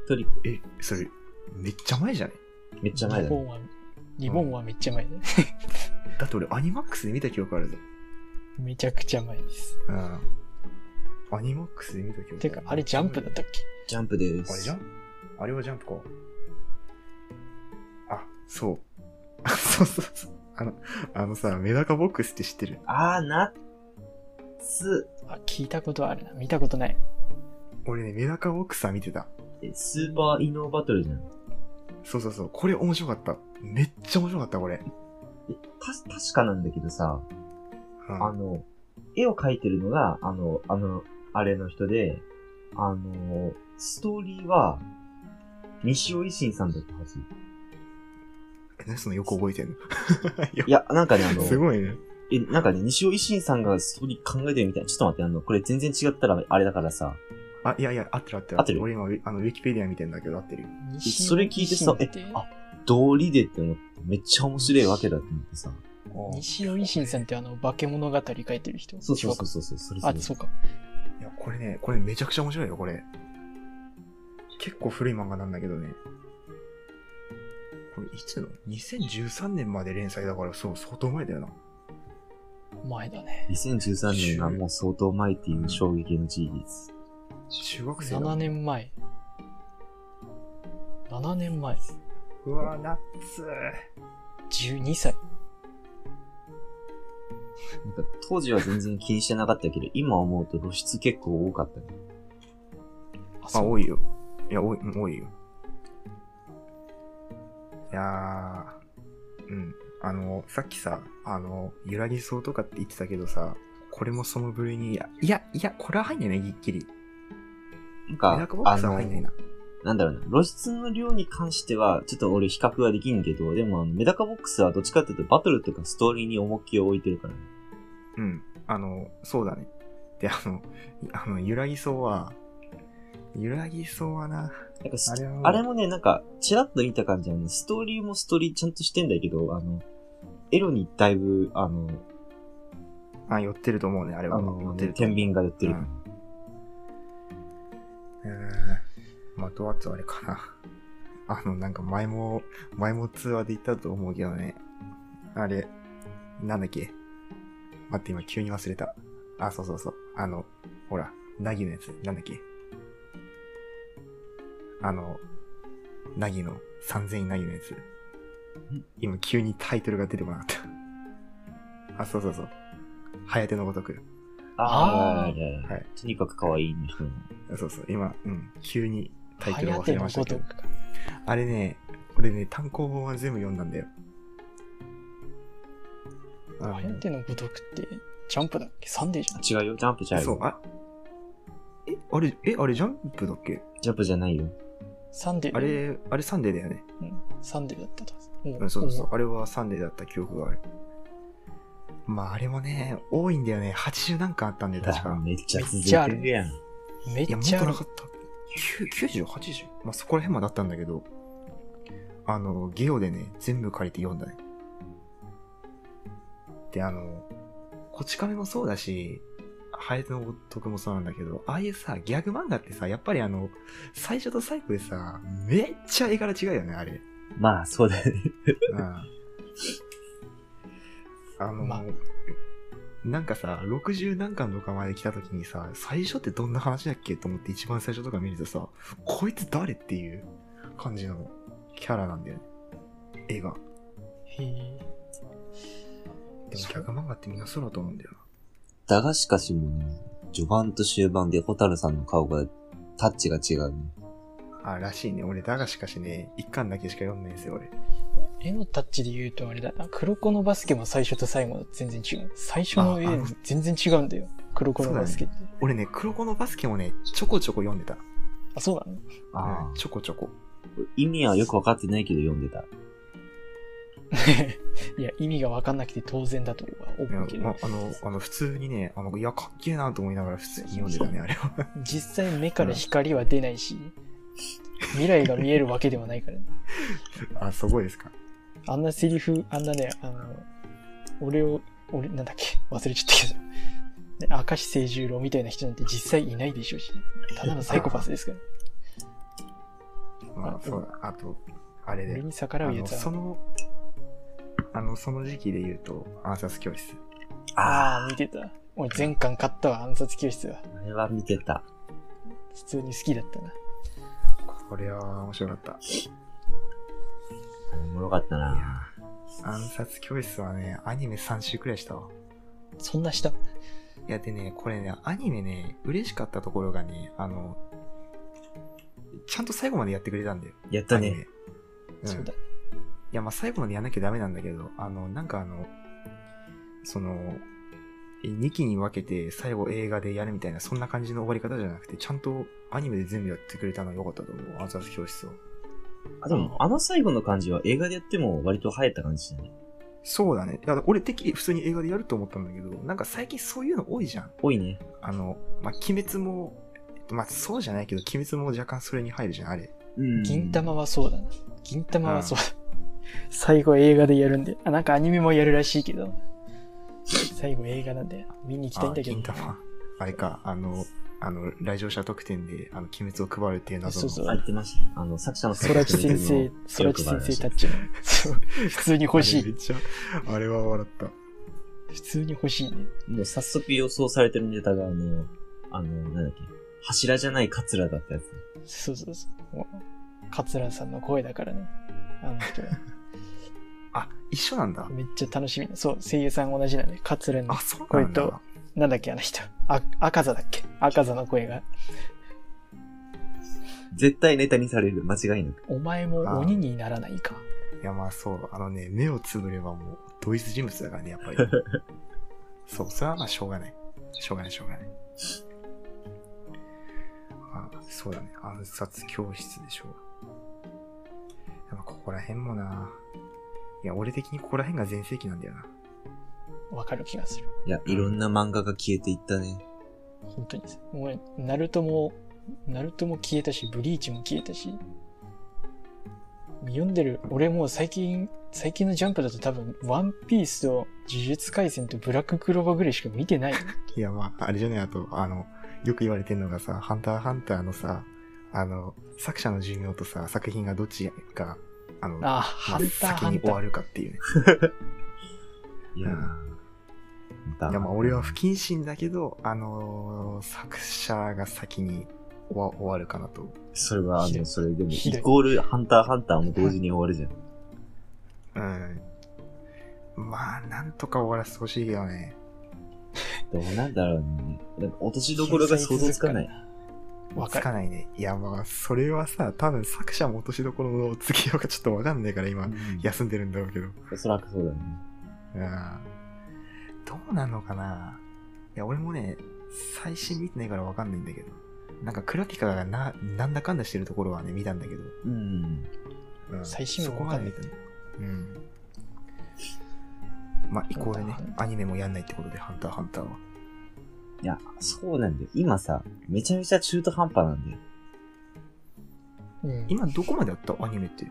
Speaker 3: トリコ。
Speaker 1: え、それ、めっちゃ前じゃね
Speaker 3: めっちゃ前
Speaker 2: リ
Speaker 3: だ
Speaker 2: ボ
Speaker 3: ね。
Speaker 2: ンは、リボンはめっちゃ前だ ね。
Speaker 1: だって俺アニマックスで見た記憶あるぞ。
Speaker 2: めちゃくちゃ前です。
Speaker 1: うん。アニマックスで見た記憶
Speaker 2: てか、あれジャンプだったっけ
Speaker 3: ジャンプで
Speaker 1: あれ
Speaker 3: す。
Speaker 1: ジャンプあれはジャンプか。あ、そう。あ、そうそうそう。あの、あのさ、メダカボックスって知ってる
Speaker 3: あー、ナッツ。
Speaker 2: あ、聞いたことあるな。見たことない。
Speaker 1: 俺ね、メダカボックスは見てた。
Speaker 3: えスーパー異能バトルじゃん。
Speaker 1: そうそうそう。これ面白かった。めっちゃ面白かった、これ。
Speaker 3: え、た、確かなんだけどさ、
Speaker 1: うん
Speaker 3: あの、絵を描いてるのが、あの、あの、あれの人で、あの、ストーリーは、西尾維新さんだったはず。
Speaker 1: え何そのよく覚えてんの
Speaker 3: いや、なんかね、あの、
Speaker 1: すごいね。
Speaker 3: え、なんかね、西尾維新さんがストーリー考えてるみたいな。ちょっと待って、あの、これ全然違ったらあれだからさ、
Speaker 1: あ、いやいや、合ってる合ってる。
Speaker 3: 合ってる
Speaker 1: 俺今、ウィあの、ウィキペディア見てんだけど合ってるよ。
Speaker 3: それ聞いてさ、え
Speaker 2: 西尾維新っ、
Speaker 3: あ、道理でって思って、めっちゃ面白いわけだって思ってさ。
Speaker 2: 西尾維新さんってあの、化け物語書いてる人。
Speaker 3: そうそう
Speaker 2: 違か
Speaker 3: そうそう、それそ
Speaker 2: あ
Speaker 3: れ、。
Speaker 2: そうか。
Speaker 1: いや、これね、これめちゃくちゃ面白いよ、これ。結構古い漫画なんだけどね。これいつの ?2013 年まで連載だから、そう、相当前だよな。
Speaker 2: 前だね。
Speaker 3: 2013年がもう相当前っていう衝撃の事実。
Speaker 1: 中学生だ
Speaker 2: 7。年前。7年前。
Speaker 1: うわナッツ
Speaker 2: 12歳。
Speaker 3: なんか当時は全然気にしてなかったけど、今思うと露出結構多かったね。
Speaker 2: あ、
Speaker 1: あ、
Speaker 2: そう
Speaker 1: 多いよ。いや、多い、うん多いよ。いやー、うん。あの、さっきさ、あの、揺らぎそうとかって言ってたけどさ、これもその部類に、いや、いや、いやこれは入んないね、ぎっきり。
Speaker 3: なん
Speaker 1: メダカ
Speaker 3: か
Speaker 1: ボ、ッ
Speaker 3: あ
Speaker 1: クスは
Speaker 3: の
Speaker 1: 入んない、な。
Speaker 3: なんだろうな、露出の量に関しては、ちょっと俺比較はできんけど、でもあのメダカボックスはどっちかっていうとバトルとかストーリーに重きを置いてるからね。
Speaker 1: うん。あの、そうだね。で、あの、あの、揺らぎそうは、揺らぎそうはな、
Speaker 3: なんか
Speaker 1: あれはもう
Speaker 3: あれもね、なんか、チラッと見た感じはね、ストーリーもストーリーちゃんとしてんだけど、あの、エロにだいぶ、あの、
Speaker 1: あ、寄ってると思うね、あれ
Speaker 3: あ
Speaker 1: は。寄
Speaker 3: の、
Speaker 1: ってると
Speaker 3: 天
Speaker 1: 思う。
Speaker 3: 秤が寄ってる。
Speaker 1: うんうーん。まあ、とあとあれかな。 あの、なんか前も、前も通話で言ったと思うけどね。あれ、なんだっけ待って、今急に忘れた。あ、そうそうそう。あの、ほら、なぎのやつ、なんだっけあの、なぎの、3000位なぎのやつ。今急にタイトルが出てこなかった。あ、 そうそうそう。はやてのごとく。
Speaker 3: ああ、
Speaker 2: あー
Speaker 3: いやいや
Speaker 1: はい
Speaker 3: とにかく可愛いの人の。
Speaker 1: そうそう、今、うん、急にタイトル
Speaker 2: はや
Speaker 1: 忘
Speaker 2: て
Speaker 1: れ
Speaker 2: の
Speaker 1: ました
Speaker 2: ご
Speaker 1: け
Speaker 2: と
Speaker 1: ど。
Speaker 2: くか。
Speaker 1: あれね、俺ね、単行本は全部読んだんだよ。あの
Speaker 2: はやてのごとくって、ジャンプだっけサンデーじゃん。
Speaker 3: 違うよ、ジャンプじゃない
Speaker 1: そう、
Speaker 3: よ。
Speaker 1: あえ、あれ、え、あれジャンプだっけ
Speaker 3: ジャンプじゃないよ。
Speaker 2: サンデー。
Speaker 1: あれ、あれサンデーだよね。
Speaker 2: うんサンデーだったと。も
Speaker 1: うん、そうそう。あれはサンデーだった記憶がある。まあ、あれもね、多いんだよね。80なんかあったんだよ、確
Speaker 3: うわ
Speaker 1: か。
Speaker 3: めっちゃ続い
Speaker 2: めっちゃあ
Speaker 3: て
Speaker 2: る
Speaker 3: るやん。
Speaker 2: もうめっ
Speaker 1: いや、もっ
Speaker 2: ち
Speaker 1: と
Speaker 2: ゃある
Speaker 1: なかった。9 90、80? まあ、そこら辺まであったんだけど、あの、ゲオでね、全部借りて読んだね。で、あの、こち亀もそうだし、ハエトのごとくもそうなんだけど、ああいうさ、ギャグ漫画ってさ、やっぱりあの、最初と最後でさ、めっちゃ絵柄違うよね、あれ。
Speaker 3: まあ、そうだよね。
Speaker 1: うんあの、
Speaker 2: まあ
Speaker 1: なんかさ、60何巻とかまで来た時にさ、最初ってどんな話だっけと思って一番最初とか見るとさ、こいつ誰っていう感じのキャラなんだよね。絵が。
Speaker 2: へえ
Speaker 1: でも逆漫画ってみんなそうだと思うんだよ
Speaker 3: だがしかしもね、序盤と終盤でホタルさんの顔が、タッチが違うね。
Speaker 1: な。あ、らしいね。俺、だがしかしね、一巻だけしか読んないんですよ、俺。
Speaker 2: 絵のタッチで言うとあれだな。黒子のバスケも最初と最後だと全然違う。最初の絵
Speaker 1: ああの
Speaker 2: 全然違うんだよ。黒子のバスケって。
Speaker 1: 俺ね、黒子のバスケもね、ちょこちょこ読んでた。
Speaker 2: あ、そうなの
Speaker 1: うんちょこちょこ。
Speaker 3: 意味はよくわかってないけど読んでた。
Speaker 2: いや、意味が分かんなくて当然だと俺は思うけ
Speaker 1: いやま
Speaker 2: ど、
Speaker 1: あの、あの、普通にね、あの、いや、かっけえなと思いながら普通に読んでたね、あれは。
Speaker 2: 実際目から光は出ないし、未来が見えるわけではないからね。
Speaker 1: あ、すごいですか。
Speaker 2: あんなセリフ、あんなね、あの、俺を、俺、なんだっけ、忘れちゃったけど、ね明石誠十郎みたいな人なんて実際いないでしょうし、ただのサイコパスです から。
Speaker 1: ま
Speaker 2: あ
Speaker 1: あ、そうだ。あと、あれ
Speaker 2: 俺
Speaker 1: で。
Speaker 2: に
Speaker 1: あ
Speaker 2: 逆らうや
Speaker 1: の、
Speaker 2: つは。
Speaker 1: その、あの、その時期で言うと、暗殺教室。
Speaker 2: ああ、見てた。俺前巻買ったわ、暗殺教室は。
Speaker 3: あれは見てた。
Speaker 2: 普通に好きだったな。
Speaker 1: これは面白かった。い
Speaker 3: おもろかった
Speaker 1: や
Speaker 3: な。
Speaker 1: ー暗殺教室はね、アニメ3週くらいしたわ。
Speaker 2: そんなした。
Speaker 1: いや、でね、これね、アニメね、嬉しかったところがね、あの、ちゃんと最後までやってくれたんだよ。
Speaker 3: やった
Speaker 1: アニメ
Speaker 3: ね。。
Speaker 1: ん
Speaker 2: そうだ。
Speaker 1: いや、まあ、最後までやんなきゃダメなんだけど、あの、なんかあの、その、2期に分けて最後映画でやるみたいな、そんな感じの終わり方じゃなくて、ちゃんとアニメで全部やってくれたのは良かったと思う。暗殺教室を。
Speaker 3: あ、でも、あの最後の感じは映画でやっても割と生えた感じだね。
Speaker 1: そうだね。いや、俺的に普通に映画でやると思ったんだけど、なんか最近そういうの多いじゃん。
Speaker 3: 多いね。
Speaker 1: あの、まあ、鬼滅も、えっとまあ、そうじゃないけど、鬼滅も若干それに入るじゃん、あれ。
Speaker 3: うん
Speaker 2: 銀玉はそうだな。銀玉はそうだ。最後映画でやるんで。あ、なんかアニメもやるらしいけど。最後映画なんで、見に行きたいんだけ
Speaker 1: あ銀
Speaker 2: ど。
Speaker 1: 玉。あれか、あの、あの、来場者特典で、あの、鬼滅を配るっていう謎の。
Speaker 2: そうそう
Speaker 3: あ、言ってました。あの、作者の
Speaker 2: 空知先生、 空知先生たちの。そう普通に欲し
Speaker 1: あれ
Speaker 2: い
Speaker 1: め。っちゃ、あれは笑った。
Speaker 2: 普通に欲しいね。
Speaker 3: もう早速予想されてるネタが、あの、あの、なんだっけ。柱じゃないカツラだったやつ。
Speaker 2: そうそうそう。もう桂さんの声だからね。あの人は
Speaker 1: あ、一緒なんだ。
Speaker 2: めっちゃ楽しみ。そう、声優さん同じなんで、桂の
Speaker 1: あ、、そうなん
Speaker 2: こ
Speaker 1: だ。
Speaker 2: なんだっけ、あの人。あ、赤座だっけ赤座の声が。
Speaker 3: 絶対ネタにされる。間違いなく。
Speaker 2: お前も鬼にならないか。
Speaker 1: いや、まあそう。あのね、目をつぶればもう、同一人物だからね、やっぱり。そう、それはまあしょうがない。しょうがない、しょうがない。まあ、そうだね。暗殺教室でしょう。やっぱここら辺もな。いや、俺的にここら辺が全盛期なんだよな。
Speaker 2: わかる気がする。
Speaker 3: いや、いろんな漫画が消えていったね。
Speaker 2: 本当にさ。もう、ナルトも、ナルトも消えたし、ブリーチも消えたし。読んでる、俺もう最近、最近のジャンプだと多分、ワンピースと呪術廻戦とブラッククローバーぐらいしか見て ない。
Speaker 1: いや、まあ、あれじゃない、あと、あの、よく言われてるのがさ、ハンターハンターのさ、あの、作者の寿命とさ、作品がどっちが、あの、
Speaker 2: あ、ハンター
Speaker 1: 先
Speaker 2: ハン
Speaker 1: に
Speaker 2: タ
Speaker 1: 終わ
Speaker 2: ー。
Speaker 1: るかっていうね。
Speaker 3: いやー
Speaker 1: うんいや、まあ、俺は不謹慎だけど、あのー作者が先に終わ終わるかなと。
Speaker 3: それは、あの、それでも、
Speaker 2: ひどい
Speaker 3: イコール、ハンターハンターも同時に終わるじゃん。
Speaker 1: うん。まあ、なんとか終わらせてほしいけどね。
Speaker 3: どうなんだろうね。なんか落としどころが想像つかない。
Speaker 2: わ
Speaker 1: つ
Speaker 2: か
Speaker 1: か
Speaker 2: る。
Speaker 1: ないね。いや、まあ、それはさ、多分作者も落としどころのつけようかちょっとわかんないから今、
Speaker 3: いや、
Speaker 1: 休んでるんだろうけど。
Speaker 3: おそらくそうだね。
Speaker 1: うん。どうなのかないや、俺もね、最新見てないからわかんないんだけど。なんか、クラピカがな、なんだかんだしてるところはね、見たんだけど。
Speaker 3: うん。
Speaker 1: うん
Speaker 2: 最新
Speaker 1: そ
Speaker 2: 話
Speaker 1: こ
Speaker 2: わ
Speaker 1: ま
Speaker 2: か
Speaker 1: で
Speaker 2: ん
Speaker 1: 見
Speaker 2: ない
Speaker 1: てない。うん。まあ、以降でね
Speaker 2: ハンターハ
Speaker 1: ア
Speaker 2: ン、
Speaker 1: ニメもやんないってことで、ハンターハンターは。
Speaker 3: いや、そうなんだよ。今さ、めちゃめちゃ中途半端なんだよ。
Speaker 2: うん、
Speaker 1: 今どこまでやったアニメって。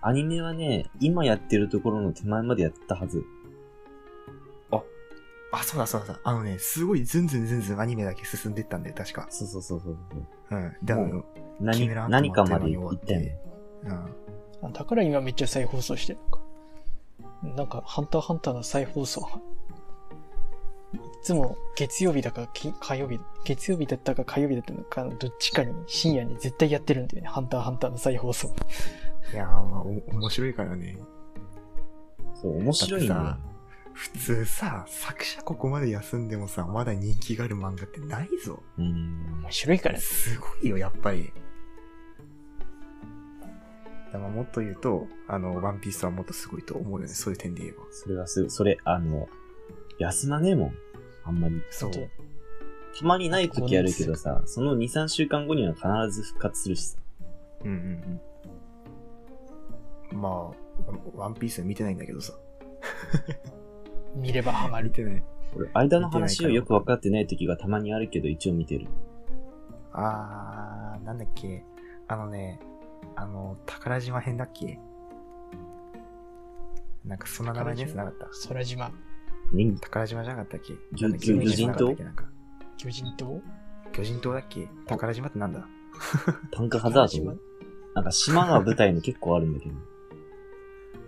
Speaker 3: アニメはね、今やってるところの手前までやったはず。
Speaker 1: あ、そうだそうだそうだ。あのね、すごいずんずんずんずんアニメだけ進んでったんだよ、確か。
Speaker 3: そうそうそうそうそう。
Speaker 1: うん。でも、
Speaker 3: も
Speaker 1: う
Speaker 3: 何
Speaker 1: キメラアントマン
Speaker 3: 何かまで行ったよね。
Speaker 1: ん。
Speaker 2: あだから今めっちゃ再放送してるのか。なんか、ハンターハンターの再放送。いつも月曜日だかき火曜日、月曜日だったか火曜日だったのか、どっちかに深夜に絶対やってるんだよね。ハンターハンターの再放送。
Speaker 1: いやー、まあ、お面白いからね。
Speaker 3: そう、面白いんだ
Speaker 1: だっ
Speaker 3: よ
Speaker 1: て。普通さ、作者ここまで休んでもさ、まだ人気がある漫画ってないぞ。
Speaker 3: うん
Speaker 2: 面。白いから。
Speaker 1: すごいよ、やっぱり。だからもっと言うと、あの、ワンピースはもっとすごいと思うよね、そういう点で言えば。
Speaker 3: それはすごい、それ、あの、休まねえもん。あんまり。
Speaker 1: そう。
Speaker 2: 本
Speaker 3: たまにない時あるけどさ、その2、3週間後には必ず復活するしさ。
Speaker 1: うんうんうん。まあ、ワンピース見てないんだけどさ。
Speaker 2: 見ればハマ
Speaker 1: 見
Speaker 2: る。
Speaker 1: てない。
Speaker 3: 俺、間の話をよく分かってない時がたまにあるけど、一応見てる。
Speaker 1: あー、なんだっけ。あのね、あの、宝島編だっけなんかそんな名前のやつなかった。
Speaker 2: 空島、
Speaker 3: 人
Speaker 1: 宝島じゃなかったっけな
Speaker 3: 魚
Speaker 1: んだっけ
Speaker 2: 魚人
Speaker 1: なんだっけなんか
Speaker 2: 巨人島
Speaker 1: 魚人島だっけ宝島ってなんだ
Speaker 3: パンクハザー
Speaker 2: 島
Speaker 3: ドなんか島が舞台の結構あるんだけど。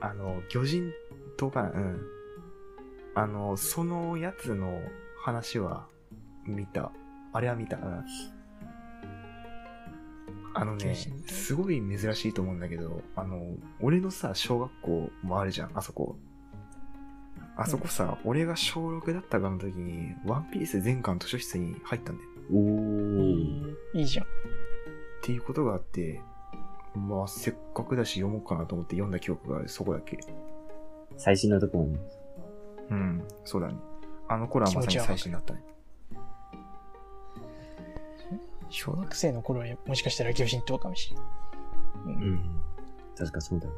Speaker 1: あの、魚人島かなうん。あの、そのやつの話は見た。あれは見た。うん。あの
Speaker 2: 魚
Speaker 1: ね
Speaker 2: 人、島
Speaker 1: すごい珍しいと思うんだけど、あの、俺のさ、小学校もあるじゃん、あそこ。あそこさ、俺が小6だったかの時に、ワンピース全巻図書室に入ったんだよ。
Speaker 3: おー。
Speaker 2: いいじゃん。
Speaker 1: っていうことがあって、まあ、せっかくだし読もうかなと思って読んだ記憶がある、そこだけ。
Speaker 3: 最新のとこもね。
Speaker 1: うん、そうだね。あの頃はまさに最新だったね。
Speaker 2: 小学生の頃はもしかしたら巨人島かもしれない。うん
Speaker 3: ん。確かそうだ。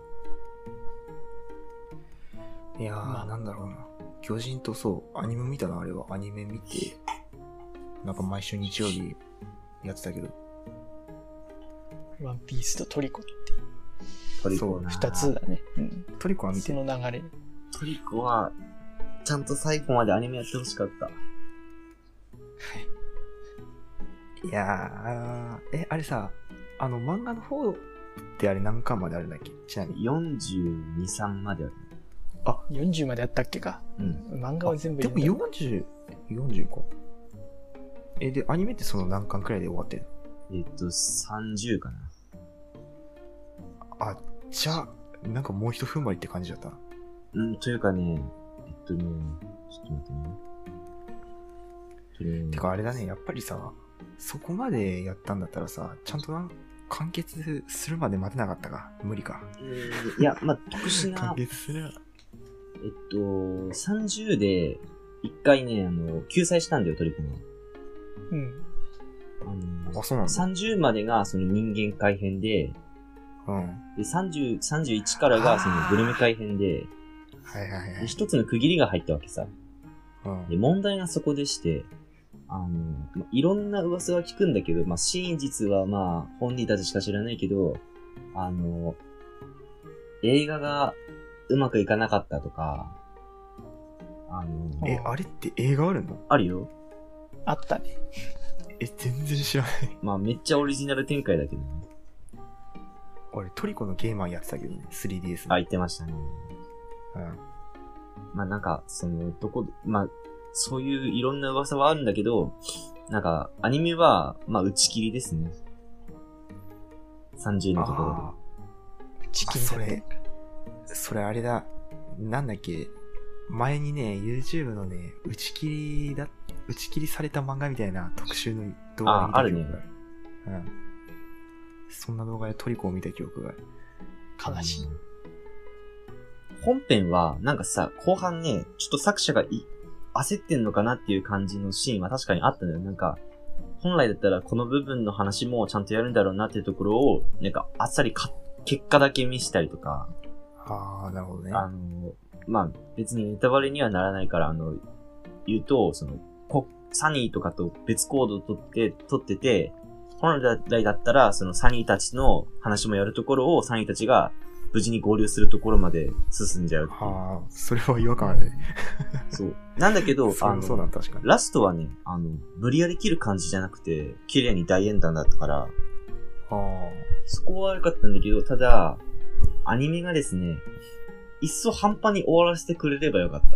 Speaker 1: いやー、
Speaker 2: まあ
Speaker 1: なんだろうな。巨人とそう、アニメ見たな、あれは。アニメ見て、なんか毎週日曜日やってたけど、
Speaker 2: ワンピースとトリコって
Speaker 3: トリコ
Speaker 1: そう
Speaker 3: な。
Speaker 2: 二つ。だね。うん。
Speaker 1: トリコは見
Speaker 2: そ
Speaker 1: て、
Speaker 2: の流れ。
Speaker 3: トリコは、ちゃんと最後までアニメやってほしかった。
Speaker 1: いやー、え、あれさ、あの漫画の方ってあれ何巻まであるんだっけちなみに。
Speaker 3: 42、3まである。
Speaker 2: 40まであったっけか。
Speaker 3: うん。
Speaker 2: 漫画は全部
Speaker 1: でも
Speaker 2: 読んだ
Speaker 1: 40、40か。え、で、アニメってその何巻くらいで終わってる
Speaker 3: えっと、30かな。
Speaker 1: あ、じゃあ、なんかもう一踏ん張りって感じだったな。
Speaker 3: うん、というかね、えっとね、ちょっと待ってね。えっとね
Speaker 1: てかあれだね、やっぱりさ、そこまでやったんだったらさ、ちゃんとなん完結するまで待てなかったか。無理か。
Speaker 3: うんいや、まあ、特殊な
Speaker 1: 完、結する
Speaker 3: えっと、30で、一回ね、あの、救済したんだよ、トリコが。
Speaker 2: うん。
Speaker 3: あの
Speaker 1: あ、そうなんだ。
Speaker 3: 30までがその人間改編で、
Speaker 1: うん。は
Speaker 3: で、30、31からがそのグルメ改編で、
Speaker 1: いはいは
Speaker 3: で
Speaker 1: い。
Speaker 3: 一つの区切りが入ったわけさ。
Speaker 1: うん
Speaker 3: で、問題がそこでして、あの、まいろんな噂は聞くんだけど、まあ、真実はまあ、本人たちしか知らないけど、あの、映画がうまくいかなかったとか、あの、
Speaker 1: え、あれって映画あるの
Speaker 3: あるよ。
Speaker 2: あったね。
Speaker 1: え、全然知らない。
Speaker 3: まあ、めっちゃオリジナル展開だけどね。
Speaker 1: 俺、トリコのゲーマーやってたけどね、3DS の。
Speaker 3: あ、言ってましたね。
Speaker 1: うん。
Speaker 3: まあなんか、その、どこ、まあ、そういういろんな噂はあるんだけど、なんか、アニメは、まあ、打ち切りですね。30のところ
Speaker 1: あ
Speaker 2: チ
Speaker 1: あ、
Speaker 2: キンだ
Speaker 1: そ
Speaker 2: った
Speaker 1: れ、それあれだ。なんだっけ。前にね、YouTube のね、打ち切りだ、打ち切りされた漫画みたいな特集の動画
Speaker 3: ああ
Speaker 1: で
Speaker 3: る
Speaker 1: 見
Speaker 3: ね
Speaker 1: た記憶がある。うん。そんな動画でトリコを見た記憶がある。
Speaker 3: で。
Speaker 2: 悲しい。
Speaker 3: 本編は、なんかさ、後半ね、ちょっと作者がい、焦ってんのかなっていう感じのシーンは確かにあったのよ。なんか、本来だったらこの部分の話もちゃんとやるんだろうなっていうところを、なんか、あっさりか、結果だけ見したりとか、
Speaker 1: ああ、なるほどね。
Speaker 3: あの、まあ、別にネタバレにはならないから、あの、言うと、その、こサニーとかと別行動を取って、取ってて、本来だったら、そのサニーたちの話もやるところを、サニーたちが無事に合流するところまで進んじゃうっていう。
Speaker 1: はあ、それは違和感あるね。
Speaker 3: そう。なんだけど、
Speaker 1: そ
Speaker 3: あ
Speaker 1: うそうだ
Speaker 3: の
Speaker 1: な、、確かに。
Speaker 3: ラストはね、あの、無理やり切る感じじゃなくて、綺麗に大演談だったから、
Speaker 1: あー
Speaker 3: そこは悪かったんだけど、ただ、アニメがですね、いっそ半端に終わらせてくれればよかった。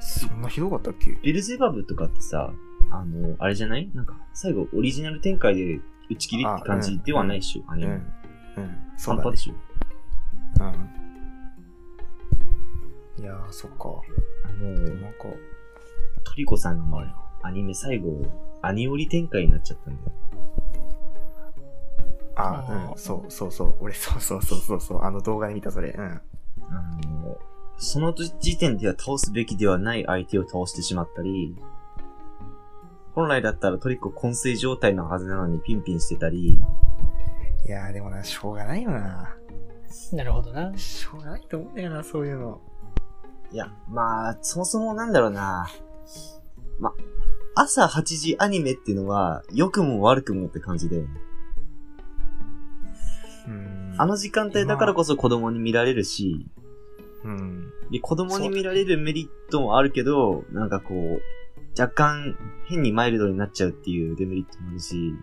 Speaker 1: そんなひどかったっけ
Speaker 3: ベルゼバブとかってさ、あの、あれじゃないなんか、最後オリジナル展開で打ち切りって感じではないっしょ、ア
Speaker 1: うん。
Speaker 3: ニ
Speaker 1: う
Speaker 3: メ。
Speaker 1: ん。そうだ
Speaker 3: 半端
Speaker 1: ね
Speaker 3: で。しょ。
Speaker 1: うん。いやー、そっか。
Speaker 3: あ
Speaker 1: で
Speaker 3: の、
Speaker 1: もなんか、
Speaker 3: トリコさん
Speaker 1: あ
Speaker 3: の
Speaker 1: れ
Speaker 3: ねアニメ最後、アニオリ展開になっちゃったんだよ。
Speaker 1: あ
Speaker 2: あー
Speaker 1: うん、そうそうそう。俺、そうそうそうそうそう。あの動画で見た、それ。うん。
Speaker 3: あの、その時点では倒すべきではない相手を倒してしまったり、本来だったらトリコ昏睡状態のはずなのにピンピンしてたり、
Speaker 1: いやー、でもな、しょうがないよな。
Speaker 2: なるほどな。
Speaker 1: しょうがないと思うんだよな、そういうの。
Speaker 3: いや、まあ、そもそもなんだろうな。ま、朝8時アニメっていうのは、良くも悪くもって感じで、
Speaker 1: うん。
Speaker 3: あの時間帯だからこそ子供に見られるし、
Speaker 1: うん。
Speaker 3: で子供に見られるメリットもあるけど、なんかこう、若干変にマイルドになっちゃうっていうデメリットもあるし、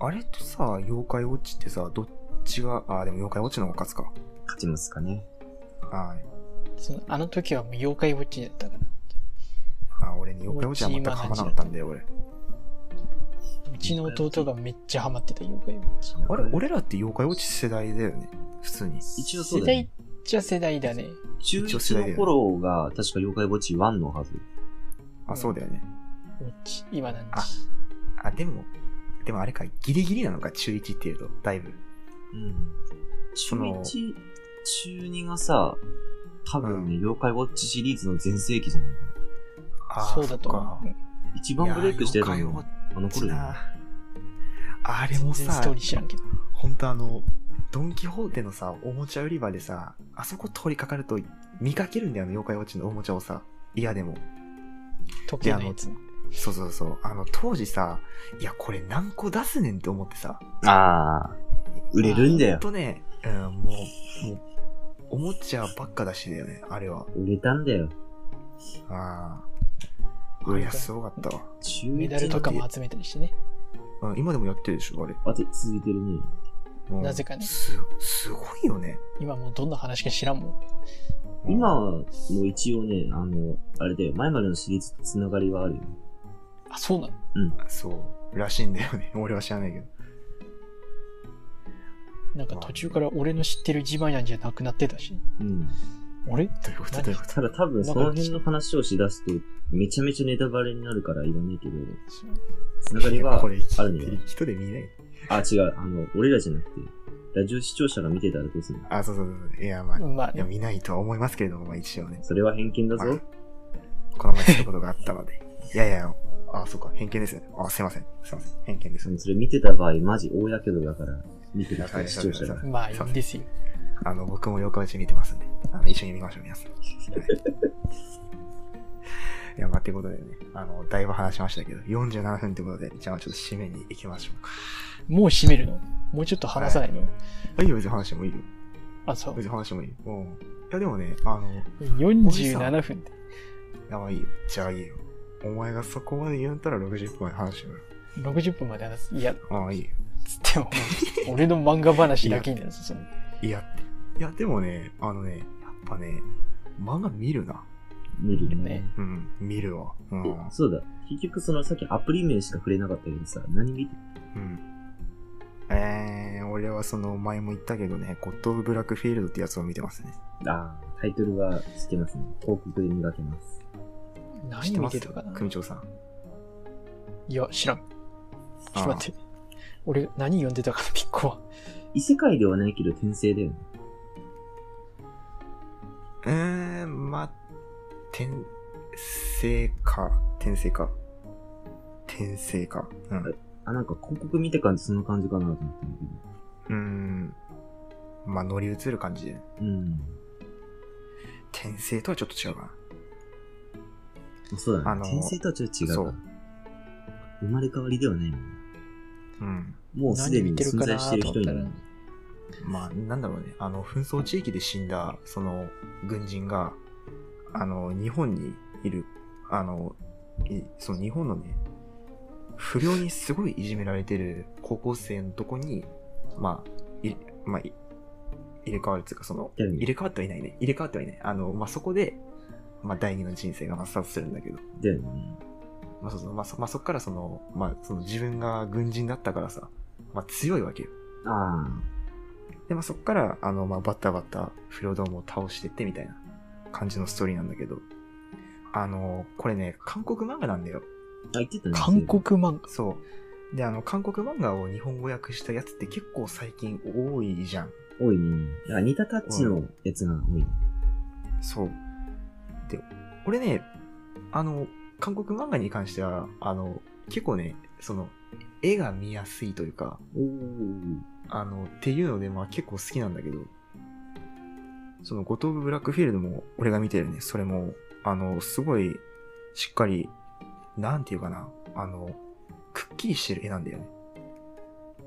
Speaker 1: あれとさ、妖怪ウォッチってさ、どっちが、あ、でも妖怪ウォッチの方が勝つか。
Speaker 3: 勝ちますかね。
Speaker 1: はい。
Speaker 2: そのあの時はもう妖怪ウォッチだったから。
Speaker 1: あ、俺に妖怪ウォッチは全くハマらなかったんだよ、俺。
Speaker 2: うちの弟がめっちゃハマってた妖怪ウォッチ。
Speaker 1: あれ、俺らって妖怪ウォッチ世代だよね。普通に。
Speaker 3: 一応そ
Speaker 2: 世
Speaker 3: うだ
Speaker 2: 代
Speaker 3: ね
Speaker 2: っ。ちゃ世代だね。
Speaker 3: 中
Speaker 1: 一応世代だ
Speaker 3: 1
Speaker 1: よ
Speaker 3: の頃が、確か妖怪墓地1のはず。
Speaker 1: あ、そうだよね。
Speaker 2: ウォッチ、今なん
Speaker 1: あ
Speaker 2: ち。
Speaker 1: あ、でも、でもあれか、ギリギリなのか、中1っていうと、だいぶ。
Speaker 3: うん。中
Speaker 1: の
Speaker 3: 1、中2がさ、多分ね、
Speaker 1: う
Speaker 3: 妖怪ウォッチシリーズの全盛期じゃない
Speaker 1: あ
Speaker 2: そうだと思う。
Speaker 3: 一番ブレイクしてるの
Speaker 1: いやー
Speaker 3: も
Speaker 1: 妖
Speaker 3: あの頃
Speaker 1: そっ
Speaker 3: だよね
Speaker 1: か。あれも
Speaker 2: 全然ス
Speaker 1: さ
Speaker 2: トーリー知らんけど。
Speaker 1: 本当あのドン・キホーテのさおもちゃ売り場でさあそこ通りかかると見かけるんだよね妖怪ウォッチのおもちゃをさ嫌でも
Speaker 2: 時計のやつ。
Speaker 1: そうそうそうあの当時さいやこれ何個出すねんって思ってさ
Speaker 3: ああ、売れるんだ
Speaker 1: ほ
Speaker 3: よ
Speaker 1: ん。とね、うん、もうもうおもちゃばっかだしだよねあれは
Speaker 3: 売れたんだよ。
Speaker 1: あああれはすごかったわ、
Speaker 3: 中
Speaker 2: メダルと
Speaker 3: 1
Speaker 2: かも集めたりしてね。
Speaker 1: うん、今でもやってるでしょあれ、
Speaker 3: あて続いてるね。
Speaker 1: うん
Speaker 2: なぜかね
Speaker 1: すすごいよね
Speaker 2: 今もうどんな話か知らんもん。
Speaker 3: 今はもう一応ね、あの、あれだよ、前までのシリーズとつながりはあるよ。
Speaker 2: あ、そうなの
Speaker 1: そうらしいんだよね 俺は知らないけど
Speaker 2: なんか途中から俺の知ってる自慢やんじゃなくなってたし。
Speaker 3: うん。
Speaker 2: あれ
Speaker 1: どういうことどういうこと
Speaker 3: ただ多分その辺の話をしだすと、めちゃめちゃネタバレになるから言わないけど、つながりは
Speaker 1: これ
Speaker 3: あるね。
Speaker 1: 人で見ない。
Speaker 3: あ、違う、あの、俺らじゃなくて、ラジオ視聴者が見てたらどうするの
Speaker 1: あ、そうそうそうそう。いや、まあ、い
Speaker 2: まあ
Speaker 1: や
Speaker 2: ね。
Speaker 1: 見ないとは思いますけれども、まあ一応ね。
Speaker 3: それは偏見だ
Speaker 1: ま
Speaker 3: ぞ。
Speaker 1: あこの前そういうことがあった ので。いやいや、あ、そうか、偏見ですね。あ、すいません。すいません。偏見です
Speaker 3: そ
Speaker 1: ね。
Speaker 3: のそれ見てた場合、マジ大やけどだから、見てる
Speaker 1: は
Speaker 3: 人
Speaker 1: い
Speaker 3: 視聴者
Speaker 1: は
Speaker 3: が。
Speaker 2: まあいいんですよ。
Speaker 1: あの、僕も妖怪ウォッチ見てますんで、あの、一緒に見ましょう、皆さん。はいいや、まあ、ってことでね、あの、だいぶ話しましたけど、47分ってことで、じゃあちょっと締めに行きましょうか。
Speaker 2: もう閉めるのもうちょっと話さないの、
Speaker 1: あいいよ、別に話してもいいよ。
Speaker 2: あ、そう。
Speaker 1: 別に話してもいいよ。うん。いや、でもね、あの、
Speaker 2: 47分って。
Speaker 1: やばいよ。じゃあいいよ。お前がそこまで言うんだったら60分まで話してよ。
Speaker 2: 60分まで話す。いや、
Speaker 1: ああ、いいよ。
Speaker 2: つっ ても、俺の漫画話だけになるぞ、それ。
Speaker 1: いやって。いや、でもね、あのね、やっぱね、漫画見るな。
Speaker 3: 見る
Speaker 2: ね
Speaker 3: ね。
Speaker 1: うん、見るわ。うん。
Speaker 3: でそうだ。結局そのさっきアプリ名しか触れなかったけどさ、何見て
Speaker 1: うん、えー、俺はその、前も言ったけどね、ゴッド・オブ・ブラックフィールドってやつを見てますね。
Speaker 3: あータイトルは知ってますね。広告で磨けま
Speaker 1: 知
Speaker 3: す。
Speaker 1: っ
Speaker 2: 何
Speaker 1: てま
Speaker 2: 見
Speaker 1: す
Speaker 2: てたかな
Speaker 1: 組長さん。
Speaker 2: いや、知らん。ちょっと待
Speaker 1: って。
Speaker 2: って。俺、何読んでたかな、ピッコは。
Speaker 3: 異世界ではないけど転生だよね。
Speaker 1: うーん、ま、転生か。転生か。転生か。うん。
Speaker 3: はあ、なんか広告見た感じそんな感じかなと思ったんだ
Speaker 1: うーん。まあ、乗り移る感じで。
Speaker 3: けど。うん。
Speaker 1: 転生とはちょっと違うかな。
Speaker 3: そうだ
Speaker 1: あ
Speaker 3: ね
Speaker 1: の。
Speaker 3: 転生とはちょっと違うか
Speaker 1: そう
Speaker 3: な。生まれ変わりではないもんね。
Speaker 1: うん。
Speaker 3: もうすでに存在してる人になる
Speaker 2: 何見てるかなと思っ
Speaker 1: まあ、なんだろうね。あの、紛争地域で死んだ、その、軍人が、あの、日本にいる、あの、いその日本のね、不良にすごいいじめられてる高校生のとこに、まあ、い、まあ、い入れ替わるっていうか、その、
Speaker 3: だよね
Speaker 1: 入れ替わってはいないね。入れ替わってはいない。あの、まあ、そこで、まあ、第二の人生が抹殺するんだけど、
Speaker 3: だよね。
Speaker 1: まあ、そうそう、まあ、そ、まあ、そっからその、まあ、その自分が軍人だったからさ、まあ、強いわけよ。
Speaker 3: ああ。
Speaker 1: で、まあ、そこから、あの、まあ、バッタバッタ、不良どもを倒してってみたいな感じのストーリーなんだけど、あの、これね、韓国漫画なんだよ。
Speaker 3: あ、言ってた
Speaker 2: た
Speaker 3: ね。
Speaker 2: 韓国漫画。
Speaker 1: そう。で、あの、韓国漫画を日本語訳したやつって結構最近多いじゃん。
Speaker 3: 多いね。あ、似たタッチのやつが多いね。
Speaker 1: そう。で、俺ね、あの、韓国漫画に関しては、あの、結構ね、その、絵が見やすいというか、
Speaker 3: おー
Speaker 1: あの、っていうので、まあ結構好きなんだけど、その、五島部ブラックフィールドも、俺が見てるね、それも、あの、すごい、しっかり、なんていうかな、あの、くっきりしてる絵なんだよね。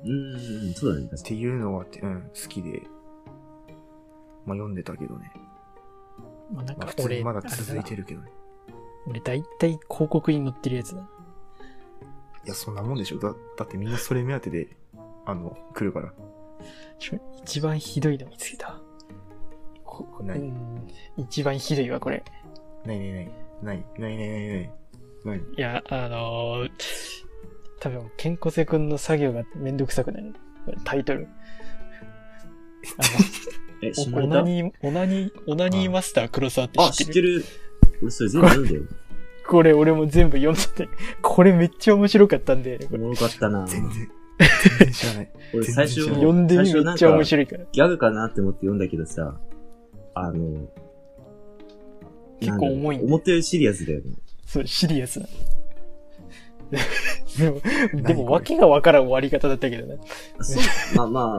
Speaker 3: うん、そうだね、確
Speaker 1: っ
Speaker 3: か
Speaker 1: ていうのがあって、うん、好きで、まあ読んでたけどね。
Speaker 2: まあ、なん
Speaker 1: まあ
Speaker 2: か
Speaker 1: 普通
Speaker 2: 俺、
Speaker 1: にまだ
Speaker 2: あれ
Speaker 1: 続いて
Speaker 2: な
Speaker 1: るけどね。
Speaker 2: 俺大体広告に載ってるやつだ。
Speaker 1: いや、そんなもんでしょ。だ、だってみんなそれ目当てで、あの、来るから。
Speaker 2: ちょ一番ひどいの見つけた。
Speaker 1: こ、こ
Speaker 2: う
Speaker 1: ない、ない
Speaker 2: ん、一番ひどいわ、これ。
Speaker 1: ないない。ない、ないないないない。ない。
Speaker 2: いや、あのー、多分、健康瀬くんの作業がめんどくさくなる。これタイトル。
Speaker 3: に。え、
Speaker 2: あ
Speaker 3: 下
Speaker 2: の、オ
Speaker 3: ネ
Speaker 2: ナ
Speaker 3: タ
Speaker 2: ニー、オナニー、オナニーマスター黒沢って
Speaker 3: あ、
Speaker 2: 知
Speaker 3: 知
Speaker 2: っ
Speaker 3: ってて
Speaker 2: る
Speaker 3: る。俺、それ全部読んだよ。
Speaker 2: これ俺も全部読んだんで、これめっちゃ面白かったんで、こ
Speaker 3: お
Speaker 2: れ
Speaker 3: もろかったな
Speaker 1: 全然、 全然知らない。
Speaker 3: 俺、最初、
Speaker 1: 全然
Speaker 2: 読んでみ
Speaker 3: 最初
Speaker 2: め
Speaker 3: な
Speaker 2: っ
Speaker 3: ん
Speaker 2: ちゃ面
Speaker 3: か
Speaker 2: 白いから。
Speaker 3: ギャグかなって思って読んだけどさ、あの、
Speaker 2: 結構重いん
Speaker 3: なんだろう
Speaker 2: で
Speaker 3: 思ったよりシリアスだよね。
Speaker 2: そう、シリアスな。でも、でも
Speaker 1: 何これ
Speaker 2: 訳がわからん終わり方だったけどね。
Speaker 3: そう、まあまあ、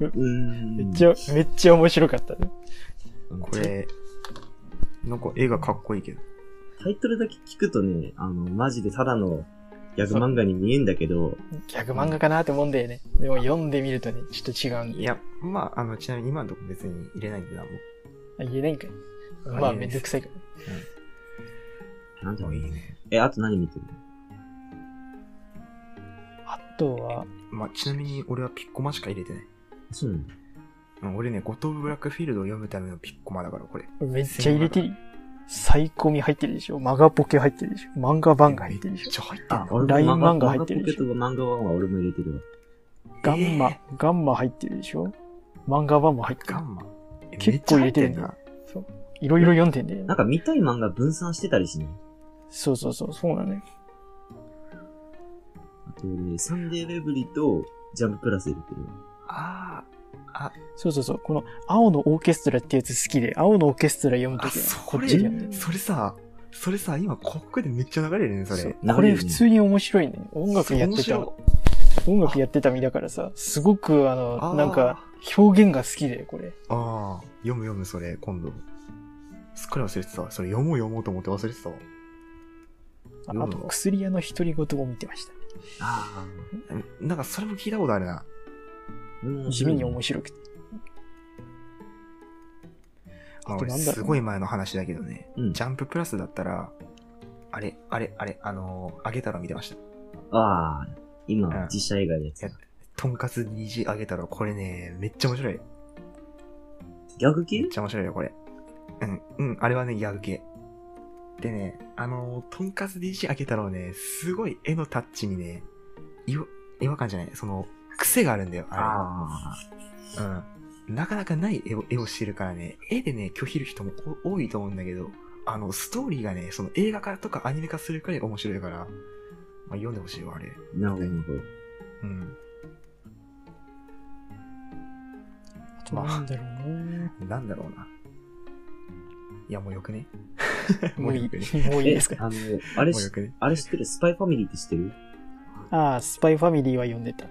Speaker 3: うーん。
Speaker 2: めっちゃ、めっちゃ面白かったね。
Speaker 1: これ、なんか絵がかっこいいけど。
Speaker 3: タイトルだけ聞くとね、あの、マジでただのギャグ漫画に見えんだけど、
Speaker 2: ギャグ漫画かなって思うんだよね。でも読んでみるとね、ちょっと違うん
Speaker 1: い
Speaker 2: で。
Speaker 1: や、まあ、あの、ちなみに今のとこ別に入れないんでな、も
Speaker 2: あ、言えないんかい。ま
Speaker 1: 言え
Speaker 2: あ、
Speaker 1: な
Speaker 2: め
Speaker 1: い
Speaker 2: ん
Speaker 1: です
Speaker 2: どくさいから。
Speaker 3: なんだ
Speaker 1: う。
Speaker 3: ろ
Speaker 1: も
Speaker 3: う
Speaker 1: うい
Speaker 3: ね。
Speaker 1: いね。
Speaker 3: え、あと何見てる
Speaker 2: あとは、
Speaker 1: まあ、ちなみに俺はピッコマしか入れてない。
Speaker 3: そうなの
Speaker 1: うん、俺ね、五島ブラックフィールドを読むためのピッコマだから、これ。
Speaker 2: めっちゃ入れてる。サイコミ入ってるでしょ。マガポケ入ってるでしょ。漫画版が入ってるでし
Speaker 1: めっ
Speaker 2: ょ。
Speaker 1: ちゃ入って
Speaker 3: あ、
Speaker 1: る
Speaker 3: 俺も
Speaker 2: LINE 漫画
Speaker 3: 漫
Speaker 2: 入ってる
Speaker 3: ポ
Speaker 2: で
Speaker 3: ケッ
Speaker 2: しょ
Speaker 3: ト漫画版は俺も入れてるわ。
Speaker 2: ガンマ、ガンマ入ってるでしょ。漫画版も入ってる
Speaker 1: ガ。ンマ。え
Speaker 2: 結構入れてるね
Speaker 1: めっちゃ入っ
Speaker 2: そう。いろいろ読んでんだよ
Speaker 3: な
Speaker 2: ね
Speaker 3: ん。か見たい漫画分散してたりしね。
Speaker 2: そうそうそう、そうなのよ。
Speaker 3: あとね、サンデーウェブリとジャンププラス入れてるわ。
Speaker 1: なあ
Speaker 2: そうそうそう。この、青のオーケストラってやつ好きで、青のオーケストラ読む
Speaker 1: ー
Speaker 2: と
Speaker 1: あ、
Speaker 2: きは、
Speaker 1: そ
Speaker 2: こっ
Speaker 1: れ
Speaker 2: ちで読んで、る。
Speaker 1: それさ、それさ、今、広告でめっちゃ流れるね、そ
Speaker 2: そう
Speaker 1: れ。
Speaker 2: これ普通に面白いね。音楽やってた、
Speaker 1: 面白い
Speaker 2: 音楽やってた身だからさ、すごくあの、
Speaker 1: あー
Speaker 2: なんか、表現が好きで、これ。
Speaker 1: ああ、読む読む、それ、今度。すっかり忘れてたわ。それ読もう読もうと思って忘れてたわ。
Speaker 2: あ
Speaker 1: うん
Speaker 2: あと、薬屋の独り言も見てました。
Speaker 3: あ
Speaker 1: うんなんか、それも聞いたことあるな。
Speaker 3: あ、面
Speaker 2: 地
Speaker 3: 白
Speaker 2: 味
Speaker 3: いね
Speaker 2: に面白くて。
Speaker 1: まあ、
Speaker 2: あと
Speaker 1: 俺
Speaker 2: なんだろう
Speaker 1: すごい前の話だけどね。
Speaker 3: うん
Speaker 1: ジャンププラスだったら、あれ、あれ、あれ、あのー、あげたら見てました。
Speaker 3: ああ、
Speaker 1: うん
Speaker 3: 今、実写映画のやつ。
Speaker 1: やとんかつ DJ あげたら、これね、めっちゃ面白い。
Speaker 3: ギャグ系
Speaker 1: めっちゃ面白いよ、これ。うん、うん、あれはね、ギャグ系。でね、あのー、とんかつ DJ 開けたろうね、すごい絵のタッチにね、いわ違和感じゃない、その、癖があるんだよ、あ
Speaker 3: ああ、
Speaker 1: れ。うん。なかなかない絵を絵をしてるからね、絵でね、拒否る人もお多いと思うんだけど、あの、ストーリーがね、その映画化とかアニメ化するくらい面白いから、まあ、読んでほしいわ、あれ。
Speaker 3: なるほどなるほど。
Speaker 1: うん。
Speaker 2: あと、なんだろうな
Speaker 1: なんだろうな。いや、もうよくね
Speaker 2: もういい、
Speaker 1: よくね。
Speaker 2: もういいですか
Speaker 3: あの、あれ
Speaker 1: もうよ
Speaker 3: し、
Speaker 1: くね。
Speaker 3: あれ知ってるスパイファミリーって知ってる
Speaker 2: ああ、スパイファミリーは読んでた。ジ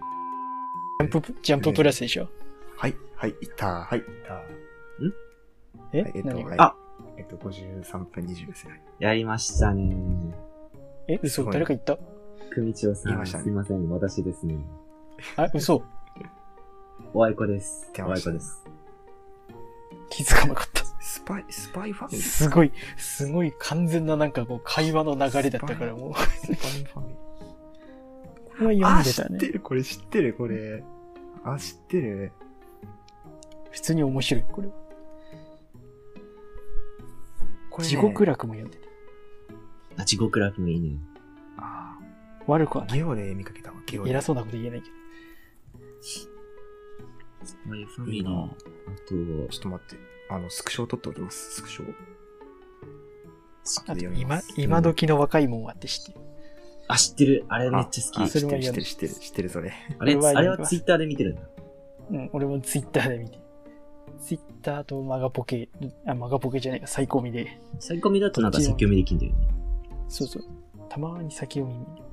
Speaker 2: ャンプ、ジャンププラスでしょ。
Speaker 1: はい、はい、いったー、はい、いったー。
Speaker 2: え
Speaker 1: はい、えっと、
Speaker 2: 何
Speaker 1: はい、
Speaker 2: が
Speaker 3: あ
Speaker 1: えっと、53分20ですね。
Speaker 3: やりましたね。
Speaker 2: え、嘘
Speaker 1: すごい
Speaker 2: 誰か言った
Speaker 3: 組長さ
Speaker 1: 言いま
Speaker 3: ん、
Speaker 1: したね
Speaker 3: すいません、私ですね。
Speaker 2: あ、嘘。
Speaker 3: おあいこです。
Speaker 1: 出
Speaker 3: お
Speaker 1: ま
Speaker 3: あい
Speaker 1: した
Speaker 3: こ
Speaker 1: ね
Speaker 3: です。
Speaker 2: 気づかなかった。
Speaker 1: スパイ、スパイファミリー
Speaker 2: すごい、すごい完全ななんかこう会話の流れだったからもう。こ
Speaker 1: スパイファミリー。
Speaker 2: れは
Speaker 1: あ、知
Speaker 2: 読
Speaker 1: っ
Speaker 2: ん
Speaker 1: て
Speaker 2: でたね。
Speaker 1: る、これ知ってる、これ。あ、知ってる。
Speaker 2: 普通に面白い、これは。
Speaker 1: これ、ね、
Speaker 2: 地獄楽も読んでた。
Speaker 3: あ、地獄楽もいいね。
Speaker 1: あ
Speaker 2: 悪くは
Speaker 1: ー
Speaker 2: ない。
Speaker 1: ゲオで見かけたわ、ゲオで。
Speaker 2: 偉そうなこと言えないけど。
Speaker 3: スパイファミ
Speaker 1: い
Speaker 3: リ
Speaker 1: い
Speaker 3: ー。
Speaker 1: な
Speaker 3: あ
Speaker 1: ち
Speaker 3: と、
Speaker 1: ょっと待って。あの、スクショを撮っておきます、スクショを。
Speaker 2: あ
Speaker 1: 後
Speaker 2: と
Speaker 1: で読みま
Speaker 2: 今
Speaker 1: す、
Speaker 2: 今時の若いもんはって知ってる。
Speaker 3: あ、知ってる。あれめっちゃ
Speaker 1: あ
Speaker 3: 好
Speaker 1: あ
Speaker 3: き。
Speaker 2: そ
Speaker 1: 知
Speaker 2: れ
Speaker 1: って
Speaker 2: は
Speaker 1: る、知
Speaker 2: 嫌
Speaker 1: っ
Speaker 2: だ
Speaker 1: てる、知ってる、知ってる、それ。
Speaker 3: あれ、
Speaker 2: これは
Speaker 3: あれはツイッターで見てるんだ。
Speaker 2: うん、俺もツイッターで見て。ツイッターとマガポケ、あ、マガポケじゃないか、サイコミで。
Speaker 3: サイコミだとなんか先読みできんだよね。
Speaker 2: そうそう。たまに先読み見る。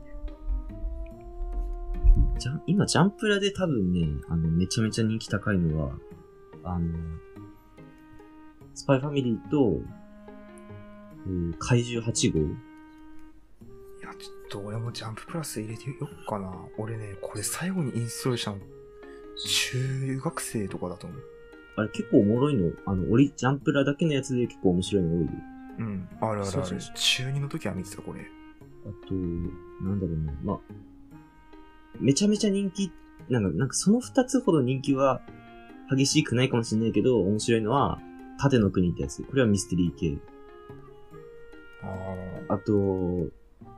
Speaker 3: ジャン今、ジャンプラで多分ね、あの、めちゃめちゃ人気高いのは、あの、スパイファミリーと、えー怪獣8号。
Speaker 1: いや、ちょっと俺もジャンププラス入れてよっかな。俺ね、これ最後にインストールしたの、中学生とかだと思う。
Speaker 3: あれ結構おもろいの。あの、俺、ジャンプラだけのやつで結構面白いの多いよ。
Speaker 1: うん。あるあるある。
Speaker 3: そうそうそう
Speaker 1: 中2の時は見てた、これ。
Speaker 3: あと、なんだろうな、まあ、めちゃめちゃ人気、なんか、なんかその二つほど人気は激しくないかもしれないけど、面白いのは、縦の国ってやつ。これはミステリー系。
Speaker 1: ああ。
Speaker 3: あと、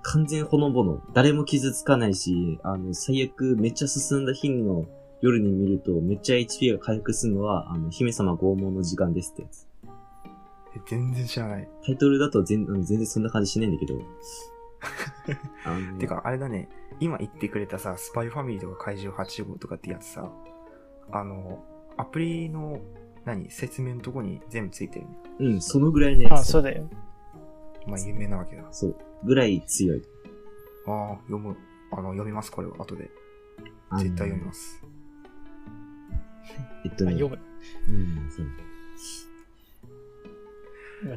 Speaker 3: 完全ほのぼの。誰も傷つかないし、あの、最悪めっちゃ進んだ日の夜に見ると、めっちゃ HP が回復するのは、あの、姫様拷問の時間ですってやつ。
Speaker 1: え全然知らない。
Speaker 3: タイトルだと全あの全然そんな感じしないんだ けど。あの
Speaker 1: てか、あれだね、今言ってくれたさ、スパイファミリーとか怪獣8号とかってやつさ、あの、アプリの、何、説明のとこに全部ついてるね。
Speaker 3: うん、そのぐらいのやつ。
Speaker 2: あ、そうだよ。
Speaker 1: まあ、有名なわけだ。あ
Speaker 3: そう。ぐらい強い。
Speaker 1: あ、読む。あの、読みます、これは、後で。
Speaker 3: あの
Speaker 1: 絶対読みます。
Speaker 3: えっ
Speaker 2: あ
Speaker 3: とね。
Speaker 2: 読む。
Speaker 3: うん、そう。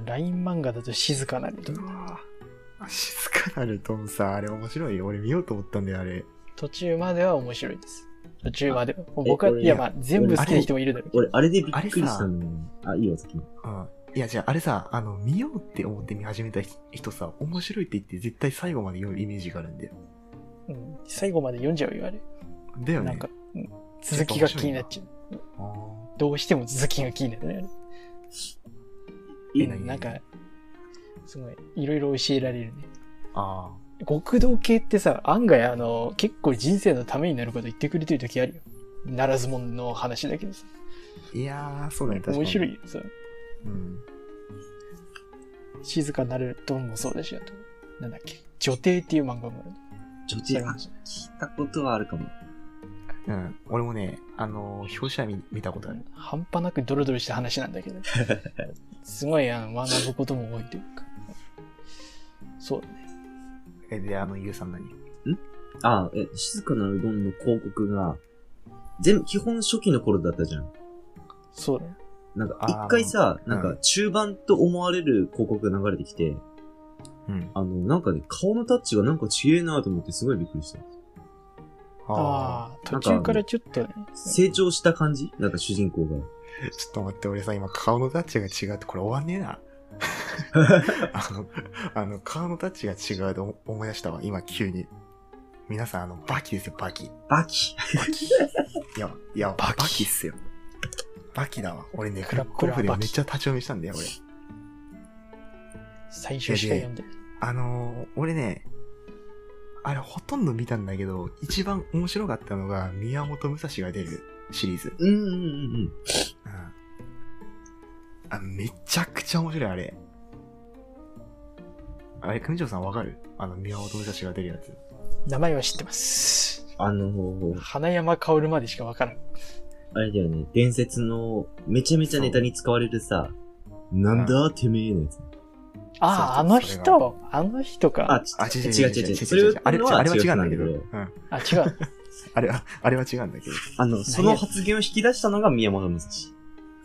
Speaker 2: ライン漫画だと静かなると
Speaker 1: うわぁ。静かなるとンさ、あれ面白いよ。俺見ようと思ったんだよ、あれ。
Speaker 2: 途中まえば面白いです。途中までは。
Speaker 3: え
Speaker 2: 僕は、
Speaker 3: 俺
Speaker 2: いや、まあ、全部好きな人もいるだろうけど。
Speaker 3: 俺、あれでびっくりしたの。あ、いいよ、先に。
Speaker 1: うん。いや、じゃあ、あれさ、あの、見ようって思って見始めた人さ、面白いって言って絶対最後まで読むイメージがあるんだよ。
Speaker 2: うん最後まで読んじゃうよ、あれ。
Speaker 1: だよね。
Speaker 2: なんか、うん続きが気になっちゃう。
Speaker 1: あー
Speaker 2: どうしても続きが気になるね。
Speaker 1: え
Speaker 2: うんなんか、すごい、いろいろ教えられるね。
Speaker 1: あ
Speaker 2: 極道系ってさ、案外あの、結構人生のためになること言ってくれてる時あるよ。ならず者の話だけどさ。
Speaker 1: あ。いやー、そうだね、確かに。
Speaker 2: 面白いよ。そう
Speaker 1: うん。
Speaker 2: 静かなるドンもそうだし、あと、なんだっけ、女帝っていう漫画もある。
Speaker 3: ちょっと
Speaker 2: それ
Speaker 3: 聞
Speaker 2: も
Speaker 3: いたことはあるかも。
Speaker 1: うん。俺もね、あのー、表紙は見見たことある。
Speaker 2: 半端なくドロドロした話なんだけど。すごいあの学ぶことも多いというか。そうだね。
Speaker 1: え、で、あの、ゆうさん何
Speaker 3: あ、え、静かなうどんの広告が、全部、基本初期の頃だったじゃん。
Speaker 2: そうだね。
Speaker 3: なんか、
Speaker 1: あー
Speaker 3: 一回さ、
Speaker 1: ん
Speaker 3: なんか、中盤と思われる広告が流れてきて、
Speaker 1: うん。
Speaker 3: あの、なんかね、顔のタッチがなんか違えなと思ってすごいびっくりした。
Speaker 1: あ
Speaker 2: ああ、途中からちょっとね。
Speaker 3: 成長した感じなんか主人公が。
Speaker 1: あ。ちょっと待って、俺さ、今、顔のタッチが違うって、これ終わんねえ な。あの、あの、顔のタッチが違うと思思い出したわ、今、急に。皆さん、あの、バキですよ、バキ。
Speaker 3: バキ
Speaker 1: バキ。いや、いや、バキっすよ。バキだわ。俺ね、クラックオフでめっちゃ立ち読みしたんだよ、俺。
Speaker 2: 最初しか読んでない。
Speaker 1: あのー俺ね、あれほとんど見たんだけど、一番面白かったのが宮本武蔵が出るシリーズ。
Speaker 3: うんうんうんうん。
Speaker 1: うん、あめちゃくちゃ面白い、あれ。あれ、組長さんわかるあの、宮本武蔵が出るやつ。
Speaker 2: 名前は知ってます。
Speaker 3: あのー、
Speaker 2: 花山薫までしかわからん。
Speaker 3: あれだよね、伝説の、めちゃめちゃネタに使われるさ、なんだてめえのやつ。
Speaker 2: ああ、
Speaker 1: そ
Speaker 2: あの
Speaker 1: うそうそれ
Speaker 2: 人あの人か。
Speaker 3: ち
Speaker 1: あ、違う
Speaker 3: 違う違う違う。それ
Speaker 1: あれ、
Speaker 3: の
Speaker 1: あれは違うんだけど。
Speaker 3: 違
Speaker 1: う
Speaker 3: うん
Speaker 1: ん。
Speaker 2: あ、違 う。
Speaker 1: あれは、あれは違うんだけど。
Speaker 3: あの、その発言を引き出したのが宮本武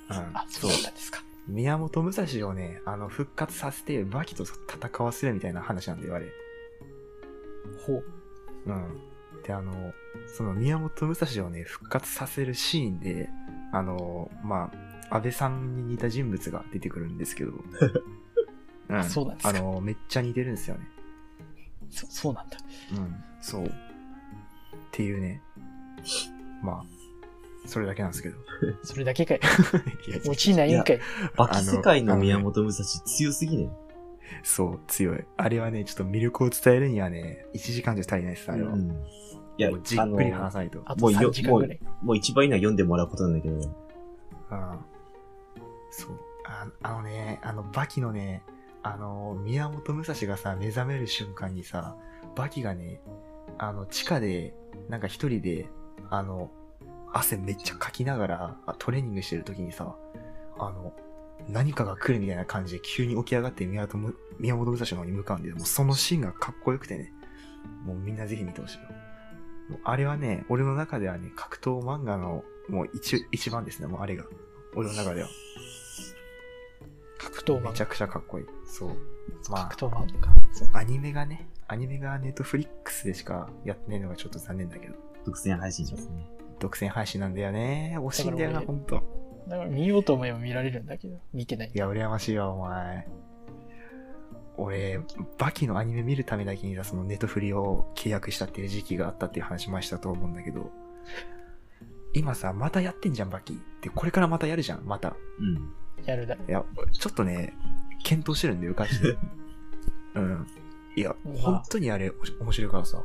Speaker 3: 蔵。
Speaker 1: うん。
Speaker 2: あ、そうだったんですか。
Speaker 1: 宮本武蔵をね、あの、復活させて、バキと戦わせるみたいな話なんだよ、あれ。
Speaker 2: ほう。
Speaker 1: うん。で、あの、その宮本武蔵をね、復活させるシーンで、あの、まあ、安倍さんに似た人物が出てくるんですけど、うん、
Speaker 2: そうなんですか
Speaker 1: あの、めっちゃ似てるんですよね。
Speaker 2: そそうなんだ。
Speaker 1: うん、そう。っていうね。まあ、それだけなんですけど。
Speaker 2: それだけかい。
Speaker 1: いや
Speaker 2: 落ちないんかい。
Speaker 3: バキ世界の宮
Speaker 1: あの
Speaker 3: 本武蔵強すぎね。
Speaker 1: そう、強い。あれはね、ちょっと魅力を伝えるにはね、1時間じゃ足りないです、あれは。
Speaker 3: う
Speaker 1: も
Speaker 3: んいや
Speaker 1: う、じっくり話さないと。
Speaker 2: あと
Speaker 3: もう
Speaker 2: 3
Speaker 3: よ
Speaker 2: 時間ぐらい。
Speaker 3: もう一番いいのは読んでもらうことなんだけど。
Speaker 1: うん。そう。ああのね、あの、バキのね、あの、宮本武蔵がさ、目覚める瞬間にさ、バキがね、あの、地下で、なんか一人で、あの、汗めっちゃかきながら、あトレーニングしてる時にさ、あの、何かが来るみたいな感じで急に起き上がって宮本む宮本武蔵の方に向かうんで、もうそのシーンがかっこよくてね、もうみんなぜひ見てほしいよ。あれはね、俺の中ではね、格闘漫画のもう一一番ですね、もうあれが。俺の中では。
Speaker 2: 格闘
Speaker 1: めち
Speaker 2: 漫
Speaker 1: ゃくちゃかっこいい。そう。
Speaker 2: 画。
Speaker 1: ま
Speaker 2: 格
Speaker 1: あ、
Speaker 2: 闘漫画。
Speaker 1: アニメがね、アニメがネットフリックスでしかやってないのがちょっと残念だけど、
Speaker 3: 独占配信しますね。
Speaker 1: 独占配信なんだよね。惜しいんだよな、
Speaker 2: だか
Speaker 1: ほんと。
Speaker 2: だから見ようと思えば見られるんだけど、見てない
Speaker 1: い。や、羨ましいわ、お前。俺、バキのアニメ見るためだけにさ、そのネットフリを契約したっていう時期があったっていう話もしたと思うんだけど、今さ、またやってんじゃん、バキ。で、これからまたやるじゃん、また。
Speaker 3: うん。
Speaker 2: やるだ。
Speaker 1: いや、ちょっとね、検討してるんだよ、ガチで。 うん。いや、
Speaker 2: まあ
Speaker 1: 本当にあれ、お面白いからさ。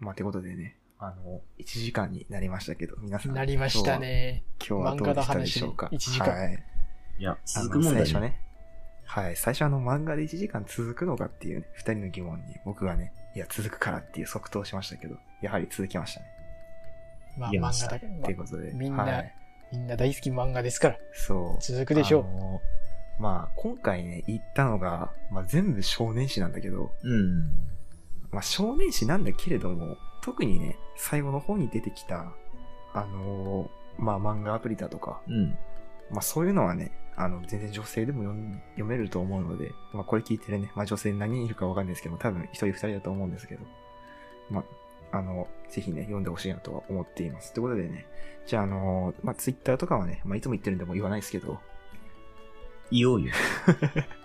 Speaker 1: まあ、てことでね、あの、1時間になりましたけど、皆さん。
Speaker 2: なりましたね。
Speaker 1: 今日は。今日はどうでしたでしょうか。
Speaker 2: 漫画の話一時間
Speaker 1: はい。
Speaker 3: いや、
Speaker 1: あの
Speaker 3: 続くもんだ
Speaker 1: 最初
Speaker 3: ね。
Speaker 1: ね。はい。最初あの漫画で1時間続くのかっていうね、二人の疑問に僕がね、いや、続くからっていう即答をしましたけど、やはり続きましたね。
Speaker 2: まあ
Speaker 3: い
Speaker 2: 漫画
Speaker 3: や
Speaker 2: だけど、ま
Speaker 1: と
Speaker 2: あ
Speaker 1: いうことで。
Speaker 2: みんな
Speaker 1: はい、
Speaker 2: みんな大好き漫画ですから、
Speaker 1: そう。
Speaker 2: 続くでしょ
Speaker 1: あのまあ、今回ね、言ったのが、まあ、全部少年誌なんだけど、
Speaker 3: うん。
Speaker 1: まあ、少年誌なんだけれども、特にね、最後の方に出てきた、あのまあ、漫画アプリだとか、
Speaker 3: うん。
Speaker 1: まあそういうのはね、あの、全然女性でも読ん読めると思うので、まあこれ聞いてるね、まあ女性何人いるかわかんないですけど、多分一人二人だと思うんですけど、まあ、あの、ぜひね、読んでほしいなとは思っています。ということでね、じゃああの、まあツイッターとかはね、まあいつも言ってるんでもう言わないですけど、
Speaker 3: 言おうよ。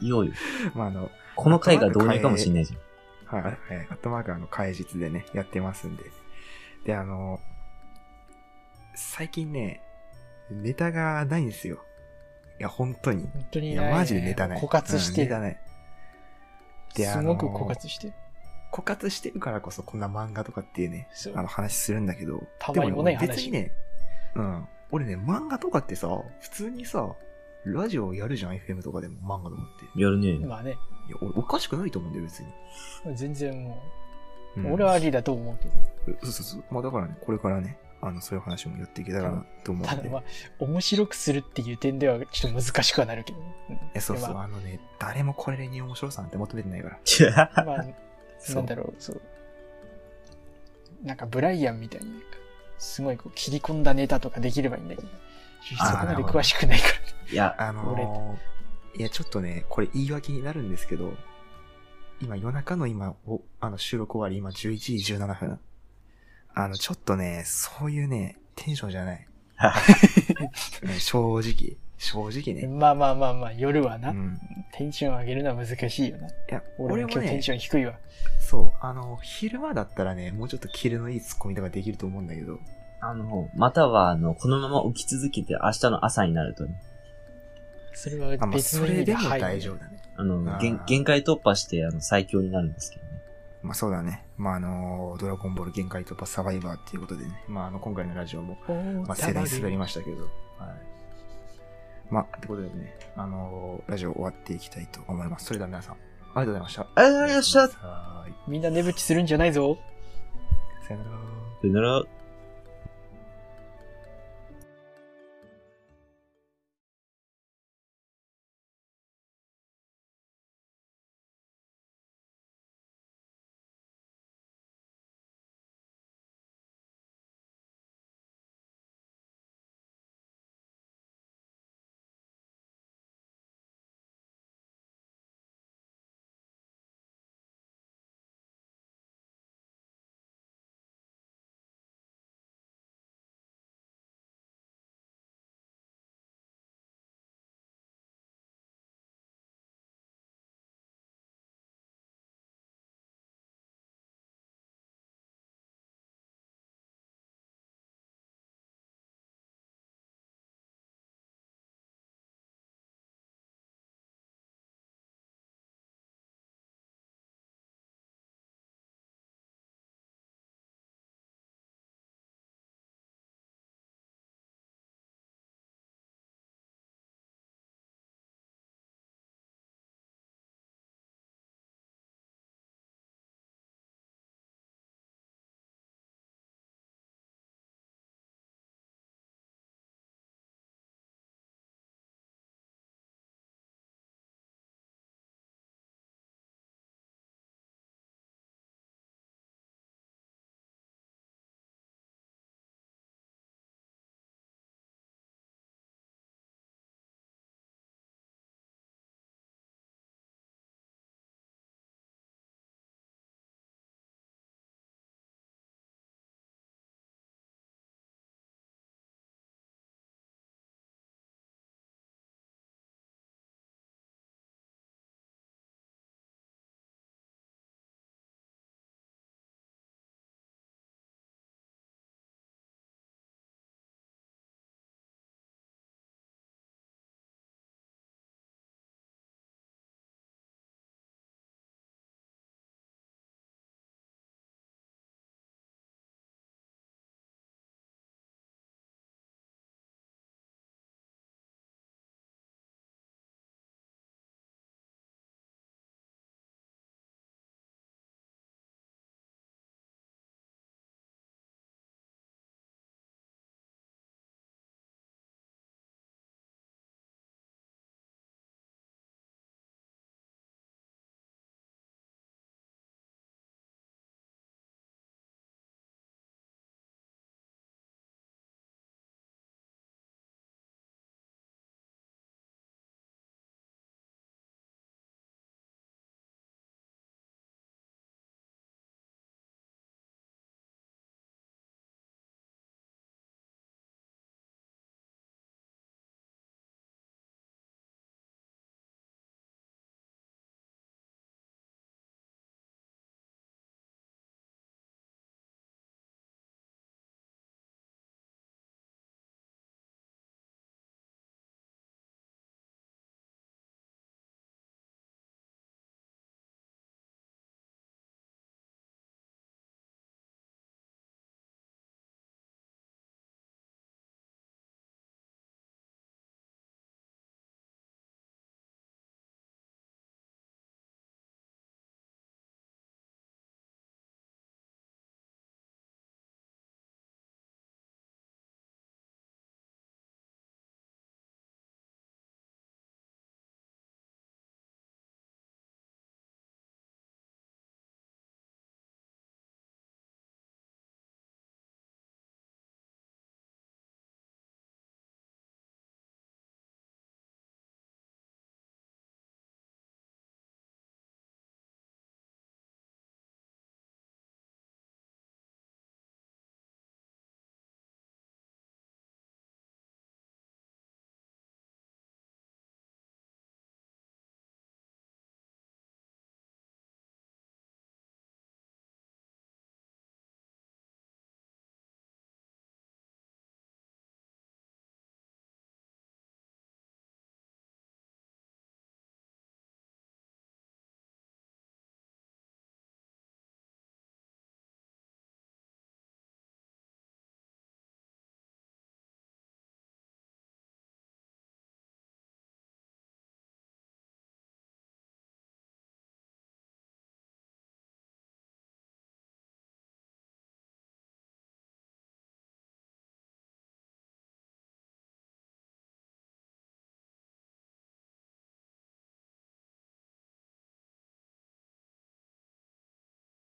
Speaker 3: 言おうよ。
Speaker 1: まああの、
Speaker 3: この回が導入かもしんないじゃ
Speaker 1: はい、はい、アットマークあの、解実でね、やってますんで。で、あの、最近ね、ネタがないんですよ。いや、本当に。
Speaker 2: 本当に
Speaker 1: い
Speaker 2: ね
Speaker 1: や、マジでネタない。
Speaker 2: 枯渇して
Speaker 1: うんネ
Speaker 2: る
Speaker 1: タ。ない。であ
Speaker 2: す
Speaker 1: の
Speaker 2: ごく枯渇してる。
Speaker 1: 枯渇してるからこそこんな漫画とかっていうね、
Speaker 2: そう
Speaker 1: あの話するんだけど、
Speaker 2: たまにもない話
Speaker 1: でね俺別にね、うん。俺ね、漫画とかってさ、普通にさ、ラジオやるじゃん、FM とかでも漫画とかって。
Speaker 3: ん。やる ね。
Speaker 2: まあね、
Speaker 1: いや、俺おかしくないと思うんだよ、別に。
Speaker 2: 全然も
Speaker 1: う
Speaker 2: う、
Speaker 1: ん
Speaker 2: 俺はありだと思うけど、
Speaker 1: そうそうそう。まあだからね、これからね、あの、そういう話もやっていけたらなと思う
Speaker 2: た
Speaker 1: ん
Speaker 2: だ
Speaker 1: で。
Speaker 2: まあ、面白くするっていう点ではちょっと難しくはなる けど、うん
Speaker 1: え、そうそう、
Speaker 2: でま
Speaker 1: あのね、誰もこれに面白さなんて求めてないから。
Speaker 2: あ、まあ、
Speaker 1: そ
Speaker 2: な
Speaker 1: うん
Speaker 2: だろう、そう。なんかブライアンみたいになんか、すごいこう切り込んだネタとかできればいいんだけど、
Speaker 1: あー
Speaker 2: そこまで詳しくないか
Speaker 3: いや、
Speaker 1: あのー、いや、ちょっとね、これ言い訳になるんですけど、今夜中の今、おあの収録終わり、今11時17分。あの、ちょっとね、そういうね、テンションじゃ ない。うん正直、正直ね。
Speaker 2: ら。まあまあまあまあ、夜は
Speaker 1: う
Speaker 2: な、
Speaker 1: ん。
Speaker 2: テンション上げるのは難しいよな。
Speaker 1: いや、
Speaker 2: 俺
Speaker 1: 俺
Speaker 2: も
Speaker 1: も
Speaker 2: 今日テン
Speaker 1: ね、
Speaker 2: ション低いわ。
Speaker 1: そう、あの、昼間だったらね、もうちょっとキレのいいツッコミとかできると思うんだけど、
Speaker 3: あの、または、あの、このまま起き続けて明日の朝になるとね、
Speaker 2: それは
Speaker 1: あ、まあ、
Speaker 2: 別
Speaker 1: そ
Speaker 2: の意
Speaker 1: れ
Speaker 2: 味
Speaker 1: で
Speaker 2: で
Speaker 1: も
Speaker 2: 入る
Speaker 1: 大丈夫だね。
Speaker 3: あの、
Speaker 1: あー
Speaker 3: 限限界突破して、あの、最強になるんですけどね。
Speaker 1: まあそうだね。まああの、ドラゴンボール限界突破サバイバーっていうことでね、まああの、今回のラジオもまあ、世代滑りましたけど。はい。まあ、ってことでね、あのーラジオ終わっていきたいと思います。それでは皆さん、ありがとうございました。
Speaker 3: ありがとうございました
Speaker 1: おやすみなさい
Speaker 2: みんな寝ぶちするんじゃないぞ。
Speaker 1: さよなら。
Speaker 3: さよなら。